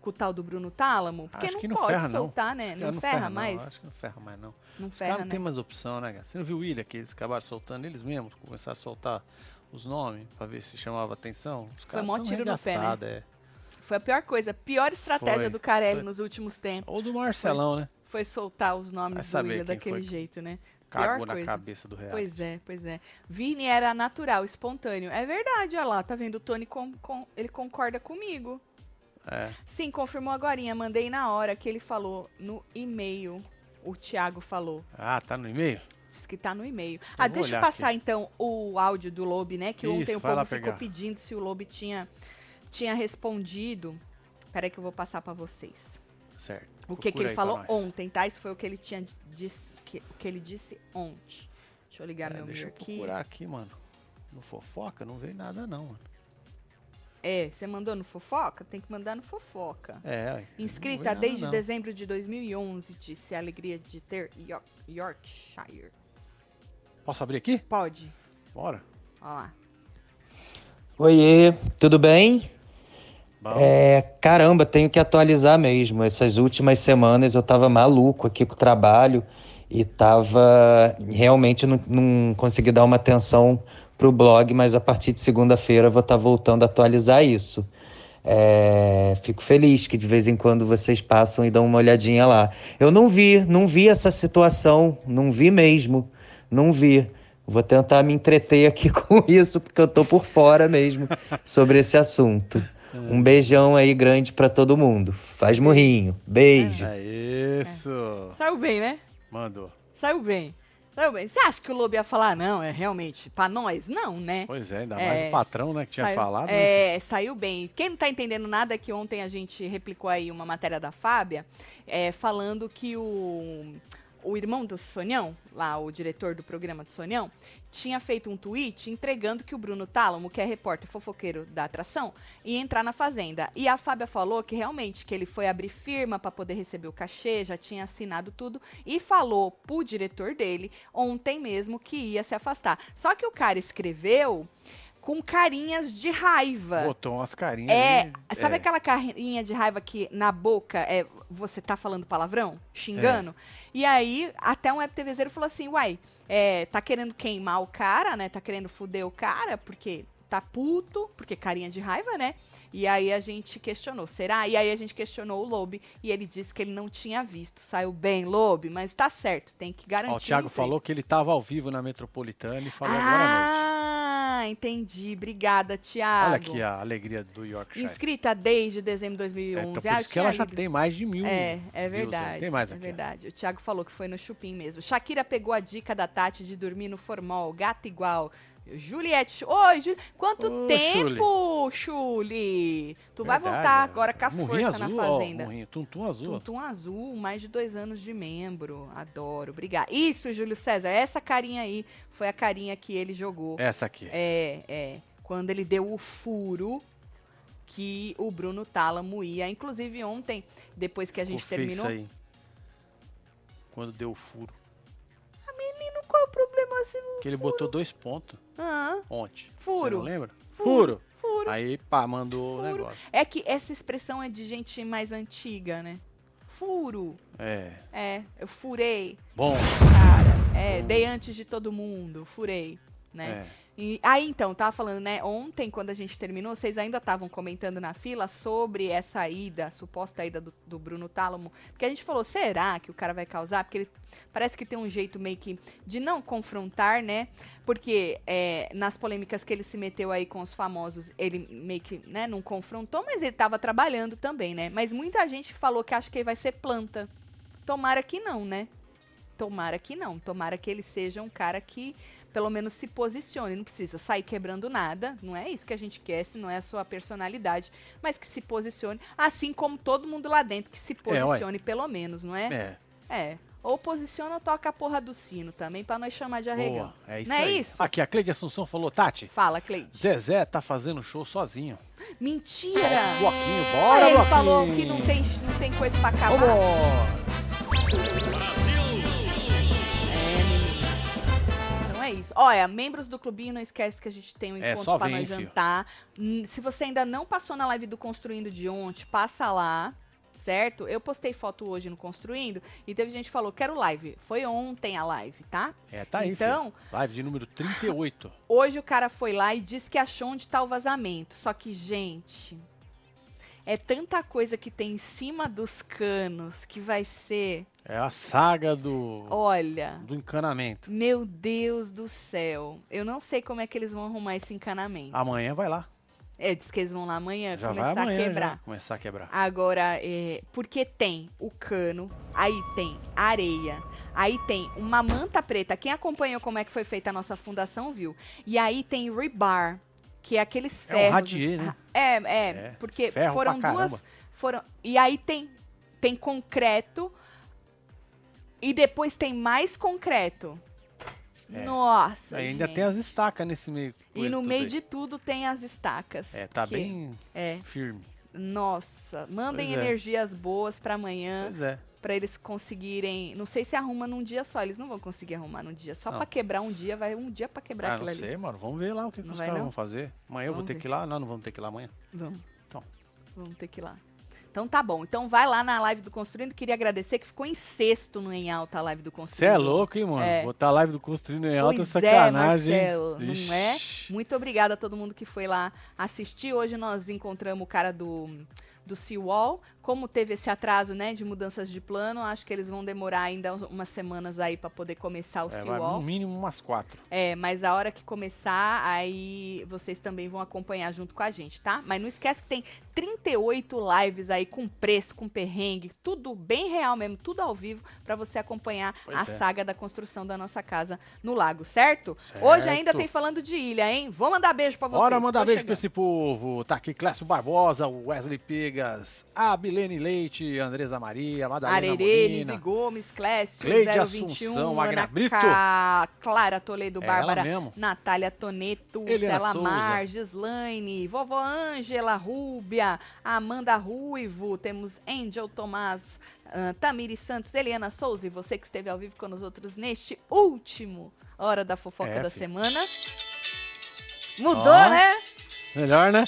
[SPEAKER 1] Com o tal do Bruno Tálamo? Porque
[SPEAKER 2] Acho
[SPEAKER 1] não,
[SPEAKER 2] que não
[SPEAKER 1] pode
[SPEAKER 2] ferra, não.
[SPEAKER 1] soltar, né?
[SPEAKER 2] Acho que
[SPEAKER 1] Não, ferra, mais?
[SPEAKER 2] Não, acho que não ferra mais, não.
[SPEAKER 1] Não
[SPEAKER 2] Os caras
[SPEAKER 1] ferra,
[SPEAKER 2] não
[SPEAKER 1] né?
[SPEAKER 2] tem mais opção, né, cara? Você não viu o Willian, que eles acabaram soltando eles mesmos, começaram a soltar os nomes pra ver se chamava atenção? Os caras
[SPEAKER 1] mó
[SPEAKER 2] tão
[SPEAKER 1] tiro no pé, né?
[SPEAKER 2] arregaçados, é.
[SPEAKER 1] Foi a pior coisa. A pior estratégia
[SPEAKER 2] Foi.
[SPEAKER 1] do Carelli
[SPEAKER 2] Foi.
[SPEAKER 1] nos últimos tempos
[SPEAKER 2] Ou do Marcelão, né?
[SPEAKER 1] foi soltar os
[SPEAKER 2] Vai
[SPEAKER 1] nomes do
[SPEAKER 2] saber
[SPEAKER 1] Willian
[SPEAKER 2] quem
[SPEAKER 1] daquele
[SPEAKER 2] foi.
[SPEAKER 1] jeito, né?
[SPEAKER 2] Cagou
[SPEAKER 1] pior
[SPEAKER 2] na
[SPEAKER 1] coisa.
[SPEAKER 2] cabeça do real.
[SPEAKER 1] Pois é, pois é. Vini era natural, espontâneo. É verdade, olha lá, tá vendo? O Tony com- com- ele concorda comigo.
[SPEAKER 2] É.
[SPEAKER 1] Sim, confirmou agorinha. Mandei na hora que ele falou no e-mail. O Thiago falou.
[SPEAKER 2] Ah, tá no e-mail?
[SPEAKER 1] Diz que tá no e-mail. Ah,
[SPEAKER 2] vou
[SPEAKER 1] deixa eu
[SPEAKER 2] olhar
[SPEAKER 1] passar então o áudio do Lobe, né? Que ontem
[SPEAKER 2] Isso,
[SPEAKER 1] o
[SPEAKER 2] vai
[SPEAKER 1] povo
[SPEAKER 2] lá
[SPEAKER 1] ficou
[SPEAKER 2] pegar.
[SPEAKER 1] pedindo se o Lobe tinha, tinha respondido. Peraí que eu vou passar pra vocês.
[SPEAKER 2] Certo.
[SPEAKER 1] O que, que
[SPEAKER 2] Procura
[SPEAKER 1] ele
[SPEAKER 2] aí
[SPEAKER 1] falou
[SPEAKER 2] pra nós.
[SPEAKER 1] ontem, tá? Isso foi o que ele tinha disse, que, o que ele disse ontem. Deixa eu ligar
[SPEAKER 2] É,
[SPEAKER 1] meu
[SPEAKER 2] deixa
[SPEAKER 1] mirror
[SPEAKER 2] eu
[SPEAKER 1] aqui.
[SPEAKER 2] procurar aqui, mano. No fofoca não veio nada, não, mano.
[SPEAKER 1] É, você mandou no fofoca? Tem que mandar no fofoca.
[SPEAKER 2] É, ué, não veio
[SPEAKER 1] Inscrita
[SPEAKER 2] nada,
[SPEAKER 1] desde
[SPEAKER 2] não.
[SPEAKER 1] dezembro de 2011, disse a alegria de ter Yo- Yorkshire.
[SPEAKER 2] Posso abrir aqui?
[SPEAKER 1] Pode.
[SPEAKER 2] Bora.
[SPEAKER 1] Ó lá.
[SPEAKER 3] Oiê, tudo bem?
[SPEAKER 2] Bom,
[SPEAKER 3] É, caramba, tenho que atualizar mesmo. Essas últimas semanas eu tava maluco aqui com o trabalho e tava realmente não, não consegui dar uma tá atenção pro blog, mas a partir de segunda-feira eu vou estar voltando a atualizar isso. É, fico feliz que de vez em quando vocês passam e dão uma olhadinha lá. Eu não vi, não vi essa situação, não vi mesmo, não vi. Vou tentar me entreter aqui com isso, porque eu tô por fora mesmo sobre esse assunto. Um beijão aí grande para todo mundo. Faz murrinho. Beijo.
[SPEAKER 2] É isso.
[SPEAKER 1] Saiu bem, né?
[SPEAKER 2] Mandou.
[SPEAKER 1] Saiu bem. Saiu bem. Você acha que o Lobo ia falar, não, é realmente pra nós? Não, né?
[SPEAKER 2] Pois é, ainda
[SPEAKER 1] É,
[SPEAKER 2] mais o patrão, né, que tinha
[SPEAKER 1] Saiu-
[SPEAKER 2] falado. né?
[SPEAKER 1] É, saiu bem. Quem não tá entendendo nada é que ontem a gente replicou aí uma matéria da Fábia é, falando que o, o irmão do Sonhão, lá o diretor do programa do Sonhão, tinha feito um tweet entregando que o Bruno Tálamo, que é repórter fofoqueiro da atração, ia entrar na Fazenda. E a Fábia falou que realmente que ele foi abrir firma para poder receber o cachê, já tinha assinado tudo, e falou pro diretor dele ontem mesmo que ia se afastar. Só que o cara escreveu com carinhas de raiva.
[SPEAKER 2] né? Botou umas carinhas.
[SPEAKER 1] É,
[SPEAKER 2] ali.
[SPEAKER 1] sabe aquela carinha de raiva que na boca é você tá falando palavrão,
[SPEAKER 2] É.
[SPEAKER 1] xingando? E aí, até um webtevezeiro falou assim: uai, é, tá querendo queimar o cara, né? Tá querendo foder o cara, porque tá puto, porque carinha de raiva, né? E aí a gente questionou, será? E aí a gente questionou o Lobe e ele disse que ele não tinha visto. Saiu bem, Lobe, mas tá certo, tem que garantir.
[SPEAKER 2] Ó, o Thiago
[SPEAKER 1] emprego.
[SPEAKER 2] falou que ele tava ao vivo na Metropolitana e falou agora à noite.
[SPEAKER 1] Ah, entendi. Obrigada, Thiago.
[SPEAKER 2] Olha aqui a alegria do Yorkshire.
[SPEAKER 1] Inscrita desde dezembro de 2011.
[SPEAKER 2] É, então,
[SPEAKER 1] Ah,
[SPEAKER 2] por
[SPEAKER 1] eu
[SPEAKER 2] isso que ela
[SPEAKER 1] tinha
[SPEAKER 2] já
[SPEAKER 1] lido.
[SPEAKER 2] tem mais de mil.
[SPEAKER 1] É, é
[SPEAKER 2] views, né?
[SPEAKER 1] verdade.
[SPEAKER 2] Tem mais
[SPEAKER 1] é
[SPEAKER 2] aqui. ó.
[SPEAKER 1] verdade. O Thiago falou que foi no Chupim mesmo. Shakira pegou a dica da Tati de dormir no formal, gato igual. Juliette, oi, Ju... quanto
[SPEAKER 2] Ô,
[SPEAKER 1] tempo, Chuli? Tu vai
[SPEAKER 2] Verdade,
[SPEAKER 1] voltar
[SPEAKER 2] é.
[SPEAKER 1] agora com as
[SPEAKER 2] Murrinho
[SPEAKER 1] forças na
[SPEAKER 2] azul, ó,
[SPEAKER 1] fazenda.
[SPEAKER 2] murrinho, Tuntum azul. ó.
[SPEAKER 1] Tuntum Azul, mais de dois anos de membro. Adoro, obrigada. Isso, Júlio César, essa carinha aí foi a carinha que ele jogou.
[SPEAKER 2] Essa aqui.
[SPEAKER 1] É, é. Quando ele deu o furo que o Bruno Tálamo ia. Inclusive, ontem, depois que a gente
[SPEAKER 2] Ficou feio
[SPEAKER 1] terminou.
[SPEAKER 2] Isso aí. Quando deu o furo.
[SPEAKER 1] Menino, qual é o problema assim?
[SPEAKER 2] Que ele botou dois pontos
[SPEAKER 1] Ah,
[SPEAKER 2] ontem. Você
[SPEAKER 1] Furo.
[SPEAKER 2] não lembra?
[SPEAKER 1] Furo.
[SPEAKER 2] Furo.
[SPEAKER 1] furo.
[SPEAKER 2] Aí, pá, mandou o
[SPEAKER 1] Furo.
[SPEAKER 2] negócio.
[SPEAKER 1] É que essa expressão é de gente mais antiga, né? Furo.
[SPEAKER 2] É.
[SPEAKER 1] É, eu furei,
[SPEAKER 2] Bom.
[SPEAKER 1] cara. É, dei antes de todo mundo, furei, né?
[SPEAKER 2] Hum. É.
[SPEAKER 1] E aí então, tava falando, né? Ontem, quando a gente terminou, vocês ainda estavam comentando na fila sobre essa ida, suposta ida do, do Bruno Tálamo. Porque a gente falou, será que o cara vai causar? Porque ele parece que tem um jeito meio que de não confrontar, né? Porque é, nas polêmicas que ele se meteu aí com os famosos, ele meio que né, não confrontou, mas ele tava trabalhando também, né? Mas muita gente falou que acha que ele vai ser planta. Tomara que não, né? Tomara que não. Tomara que ele seja um cara que pelo menos se posicione. Não precisa sair quebrando nada. Não é isso que a gente quer, se não é a sua personalidade. Mas que se posicione, assim como todo mundo lá dentro, que se
[SPEAKER 2] ué.
[SPEAKER 1] posicione, pelo menos, não é?
[SPEAKER 2] É.
[SPEAKER 1] É. Ou posiciona ou toca a porra do sino também, pra nós chamar de arregão.
[SPEAKER 2] Boa. É isso
[SPEAKER 1] Não é
[SPEAKER 2] aí.
[SPEAKER 1] isso?
[SPEAKER 2] Aqui, a Cleide Assunção falou, Tati,
[SPEAKER 1] Fala, Cleide.
[SPEAKER 2] Zezé tá fazendo show sozinho.
[SPEAKER 1] Mentira!
[SPEAKER 2] Bloquinho, bora,
[SPEAKER 1] Ele
[SPEAKER 2] Bloquinho.
[SPEAKER 1] falou que não tem, não tem coisa pra acabar.
[SPEAKER 2] Vamos!
[SPEAKER 1] É, menina. Então é isso. Olha, membros do clubinho, não esquece que a gente tem um
[SPEAKER 2] É,
[SPEAKER 1] encontro
[SPEAKER 2] só
[SPEAKER 1] pra
[SPEAKER 2] vem,
[SPEAKER 1] nós
[SPEAKER 2] fio.
[SPEAKER 1] jantar. Hum, Se você ainda não passou na live do Construindo de ontem, passa lá. Certo? Eu postei foto hoje no Construindo e teve gente que falou: quero live. Foi ontem a live, tá?
[SPEAKER 2] É, tá aí, então...
[SPEAKER 1] então,
[SPEAKER 2] Live de número 38.
[SPEAKER 1] Hoje o cara foi lá e disse que achou onde tá o vazamento. Só que, gente, é tanta coisa que tem em cima dos canos que vai ser.
[SPEAKER 2] É a saga do,
[SPEAKER 1] Olha,
[SPEAKER 2] do encanamento.
[SPEAKER 1] meu Deus do céu. Eu não sei como é que eles vão arrumar esse encanamento.
[SPEAKER 2] Amanhã vai lá.
[SPEAKER 1] É, diz que eles vão lá amanhã
[SPEAKER 2] Já vai
[SPEAKER 1] começar
[SPEAKER 2] amanhã.
[SPEAKER 1] a quebrar. Ah,
[SPEAKER 2] já. Começar a quebrar.
[SPEAKER 1] Agora, é, porque tem o cano, aí tem areia, aí tem uma manta preta. Quem acompanhou como é que foi feita a nossa fundação viu. E aí tem rebar, que é aqueles
[SPEAKER 2] É um
[SPEAKER 1] ferros.
[SPEAKER 2] radier, né?
[SPEAKER 1] É, é,
[SPEAKER 2] É,
[SPEAKER 1] porque
[SPEAKER 2] ferro
[SPEAKER 1] foram
[SPEAKER 2] pra
[SPEAKER 1] duas.
[SPEAKER 2] caramba.
[SPEAKER 1] Foram, e aí tem, tem concreto e depois tem mais concreto.
[SPEAKER 2] É.
[SPEAKER 1] Nossa!
[SPEAKER 2] Aí ainda
[SPEAKER 1] gente.
[SPEAKER 2] tem as estacas nesse meio.
[SPEAKER 1] E
[SPEAKER 2] coisa
[SPEAKER 1] no
[SPEAKER 2] tudo
[SPEAKER 1] meio
[SPEAKER 2] aí.
[SPEAKER 1] de tudo tem as estacas.
[SPEAKER 2] É, tá
[SPEAKER 1] que-
[SPEAKER 2] bem
[SPEAKER 1] É.
[SPEAKER 2] firme.
[SPEAKER 1] Nossa, mandem
[SPEAKER 2] Pois é.
[SPEAKER 1] energias boas pra amanhã,
[SPEAKER 2] Pois é.
[SPEAKER 1] pra eles conseguirem. Não sei se arruma num dia só, eles não vão conseguir arrumar num dia. Só
[SPEAKER 2] Não.
[SPEAKER 1] pra quebrar um dia, vai um dia pra quebrar
[SPEAKER 2] Ah,
[SPEAKER 1] aquilo
[SPEAKER 2] não
[SPEAKER 1] ali.
[SPEAKER 2] sei, mano. Vamos ver lá o que, que
[SPEAKER 1] Não
[SPEAKER 2] os
[SPEAKER 1] vai,
[SPEAKER 2] caras
[SPEAKER 1] não?
[SPEAKER 2] vão fazer. Amanhã eu vou
[SPEAKER 1] Vamos
[SPEAKER 2] ter
[SPEAKER 1] ver.
[SPEAKER 2] que ir lá. Não, não vamos ter que ir lá amanhã.
[SPEAKER 1] Vamos.
[SPEAKER 2] Então.
[SPEAKER 1] Vamos ter que ir lá. Então tá bom. Então vai lá na live do Construindo. Queria agradecer que ficou em sexto no Em Alta a live do Construindo.
[SPEAKER 2] Você é louco, hein, mano?
[SPEAKER 1] É.
[SPEAKER 2] Botar a live do Construindo em alta é
[SPEAKER 1] Pois
[SPEAKER 2] sacanagem.
[SPEAKER 1] É,
[SPEAKER 2] hein?
[SPEAKER 1] Marcelo, não é?
[SPEAKER 2] Ixi.
[SPEAKER 1] Muito obrigada a todo mundo que foi lá assistir. Hoje nós encontramos o cara do do Seawall. Como teve esse atraso, né, de mudanças de plano, acho que eles vão demorar ainda uns- umas semanas aí para poder começar o
[SPEAKER 2] É, vai, no
[SPEAKER 1] Seawall.
[SPEAKER 2] mínimo umas quatro.
[SPEAKER 1] É, mas a hora que começar, aí vocês também vão acompanhar junto com a gente, tá? Mas não esquece que tem 38 lives aí com preço, com perrengue, tudo bem real mesmo, tudo ao vivo, pra você acompanhar
[SPEAKER 2] Pois
[SPEAKER 1] a
[SPEAKER 2] é.
[SPEAKER 1] saga da construção da nossa casa no lago, certo?
[SPEAKER 2] Certo.
[SPEAKER 1] Hoje ainda tem falando de ilha, hein? Vou mandar beijo pra vocês.
[SPEAKER 2] Bora mandar
[SPEAKER 1] tô
[SPEAKER 2] beijo pra
[SPEAKER 1] chegando.
[SPEAKER 2] esse povo. Tá aqui Clécio Barbosa, Wesley Pegas, a Bilene Leite, Andresa Maria, Madalena
[SPEAKER 1] Arerê, Lise
[SPEAKER 2] Molina.
[SPEAKER 1] Gomes, Clécio,
[SPEAKER 2] Cleide
[SPEAKER 1] 021,
[SPEAKER 2] Assunção, Agra
[SPEAKER 1] Ana
[SPEAKER 2] Brito.
[SPEAKER 1] Ca- Clara Toledo,
[SPEAKER 2] É
[SPEAKER 1] Bárbara,
[SPEAKER 2] ela mesmo.
[SPEAKER 1] Natália Toneto,
[SPEAKER 2] Helena
[SPEAKER 1] Cela
[SPEAKER 2] Souza.
[SPEAKER 1] Mar, Gislaine, Vovó Ângela, Rúbia, Amanda Ruivo, temos Angel Tomás, ah, Tamiri Santos, Eliana Souza e você que esteve ao vivo com os outros neste último Hora da Fofoca
[SPEAKER 2] É,
[SPEAKER 1] da
[SPEAKER 2] fi.
[SPEAKER 1] Semana. Mudou,
[SPEAKER 2] Ó.
[SPEAKER 1] né?
[SPEAKER 2] Melhor, né?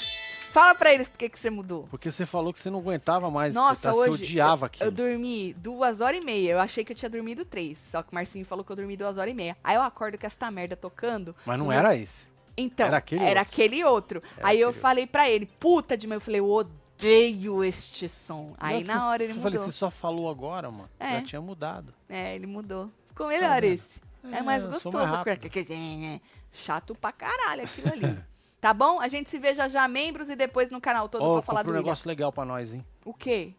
[SPEAKER 1] Fala pra eles por que que você mudou.
[SPEAKER 2] Porque você falou que você não aguentava mais
[SPEAKER 1] Nossa,
[SPEAKER 2] escutar,
[SPEAKER 1] hoje
[SPEAKER 2] você odiava
[SPEAKER 1] eu,
[SPEAKER 2] aquilo.
[SPEAKER 1] eu dormi duas horas e meia. Eu achei que eu tinha dormido três. Só que o Marcinho falou que eu dormi duas horas e meia. Aí eu acordo com essa merda tocando.
[SPEAKER 2] Mas não era esse.
[SPEAKER 1] Então, era
[SPEAKER 2] era
[SPEAKER 1] aquele
[SPEAKER 2] aquele
[SPEAKER 1] outro.
[SPEAKER 2] outro. Era
[SPEAKER 1] Aí eu
[SPEAKER 2] aquele
[SPEAKER 1] falei pra ele, puta de mãe, eu falei, eu odeio este som. Aí
[SPEAKER 2] Não, é
[SPEAKER 1] na
[SPEAKER 2] você-
[SPEAKER 1] hora ele
[SPEAKER 2] eu
[SPEAKER 1] mudou.
[SPEAKER 2] falei, você só falou agora, mano.
[SPEAKER 1] É.
[SPEAKER 2] Já tinha mudado.
[SPEAKER 1] É, ele mudou. Ficou melhor
[SPEAKER 2] vendo?
[SPEAKER 1] esse. É, mais
[SPEAKER 2] eu sou
[SPEAKER 1] gostoso.
[SPEAKER 2] rápido.
[SPEAKER 1] é, Chato pra caralho aquilo ali. tá bom? A gente se vê já já, membros, e depois no canal todo
[SPEAKER 2] Ó,
[SPEAKER 1] pra falar do
[SPEAKER 2] comprei um
[SPEAKER 1] William.
[SPEAKER 2] negócio legal pra nós, hein?
[SPEAKER 1] O quê?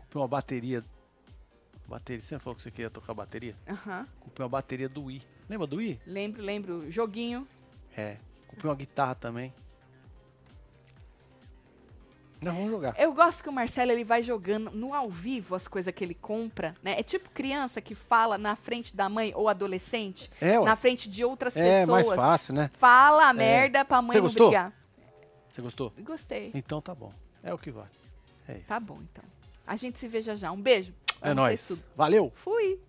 [SPEAKER 2] Comprei uma bateria. Bateria. Você falou que você queria tocar bateria?
[SPEAKER 1] Aham.
[SPEAKER 2] Comprei uma bateria do Wii. Lembra do Wii?
[SPEAKER 1] Lembro, lembro. Joguinho.
[SPEAKER 2] É. Comprei uma guitarra também. Nós vamos jogar.
[SPEAKER 1] Eu gosto que o Marcelo ele vai jogando no ao vivo as coisas que ele compra, né? É tipo criança que fala na frente da mãe ou adolescente,
[SPEAKER 2] É, ué.
[SPEAKER 1] na frente de outras
[SPEAKER 2] É mais
[SPEAKER 1] pessoas.
[SPEAKER 2] fácil, né?
[SPEAKER 1] Fala a merda pra mãe
[SPEAKER 2] Você
[SPEAKER 1] não
[SPEAKER 2] gostou?
[SPEAKER 1] brigar.
[SPEAKER 2] Você gostou?
[SPEAKER 1] Gostei.
[SPEAKER 2] Então tá bom. É o que vale. É isso.
[SPEAKER 1] Tá bom, então. A gente se vê já já. Um beijo.
[SPEAKER 2] É
[SPEAKER 1] Amo
[SPEAKER 2] nóis.
[SPEAKER 1] vocês tudo.
[SPEAKER 2] Valeu!
[SPEAKER 1] Fui.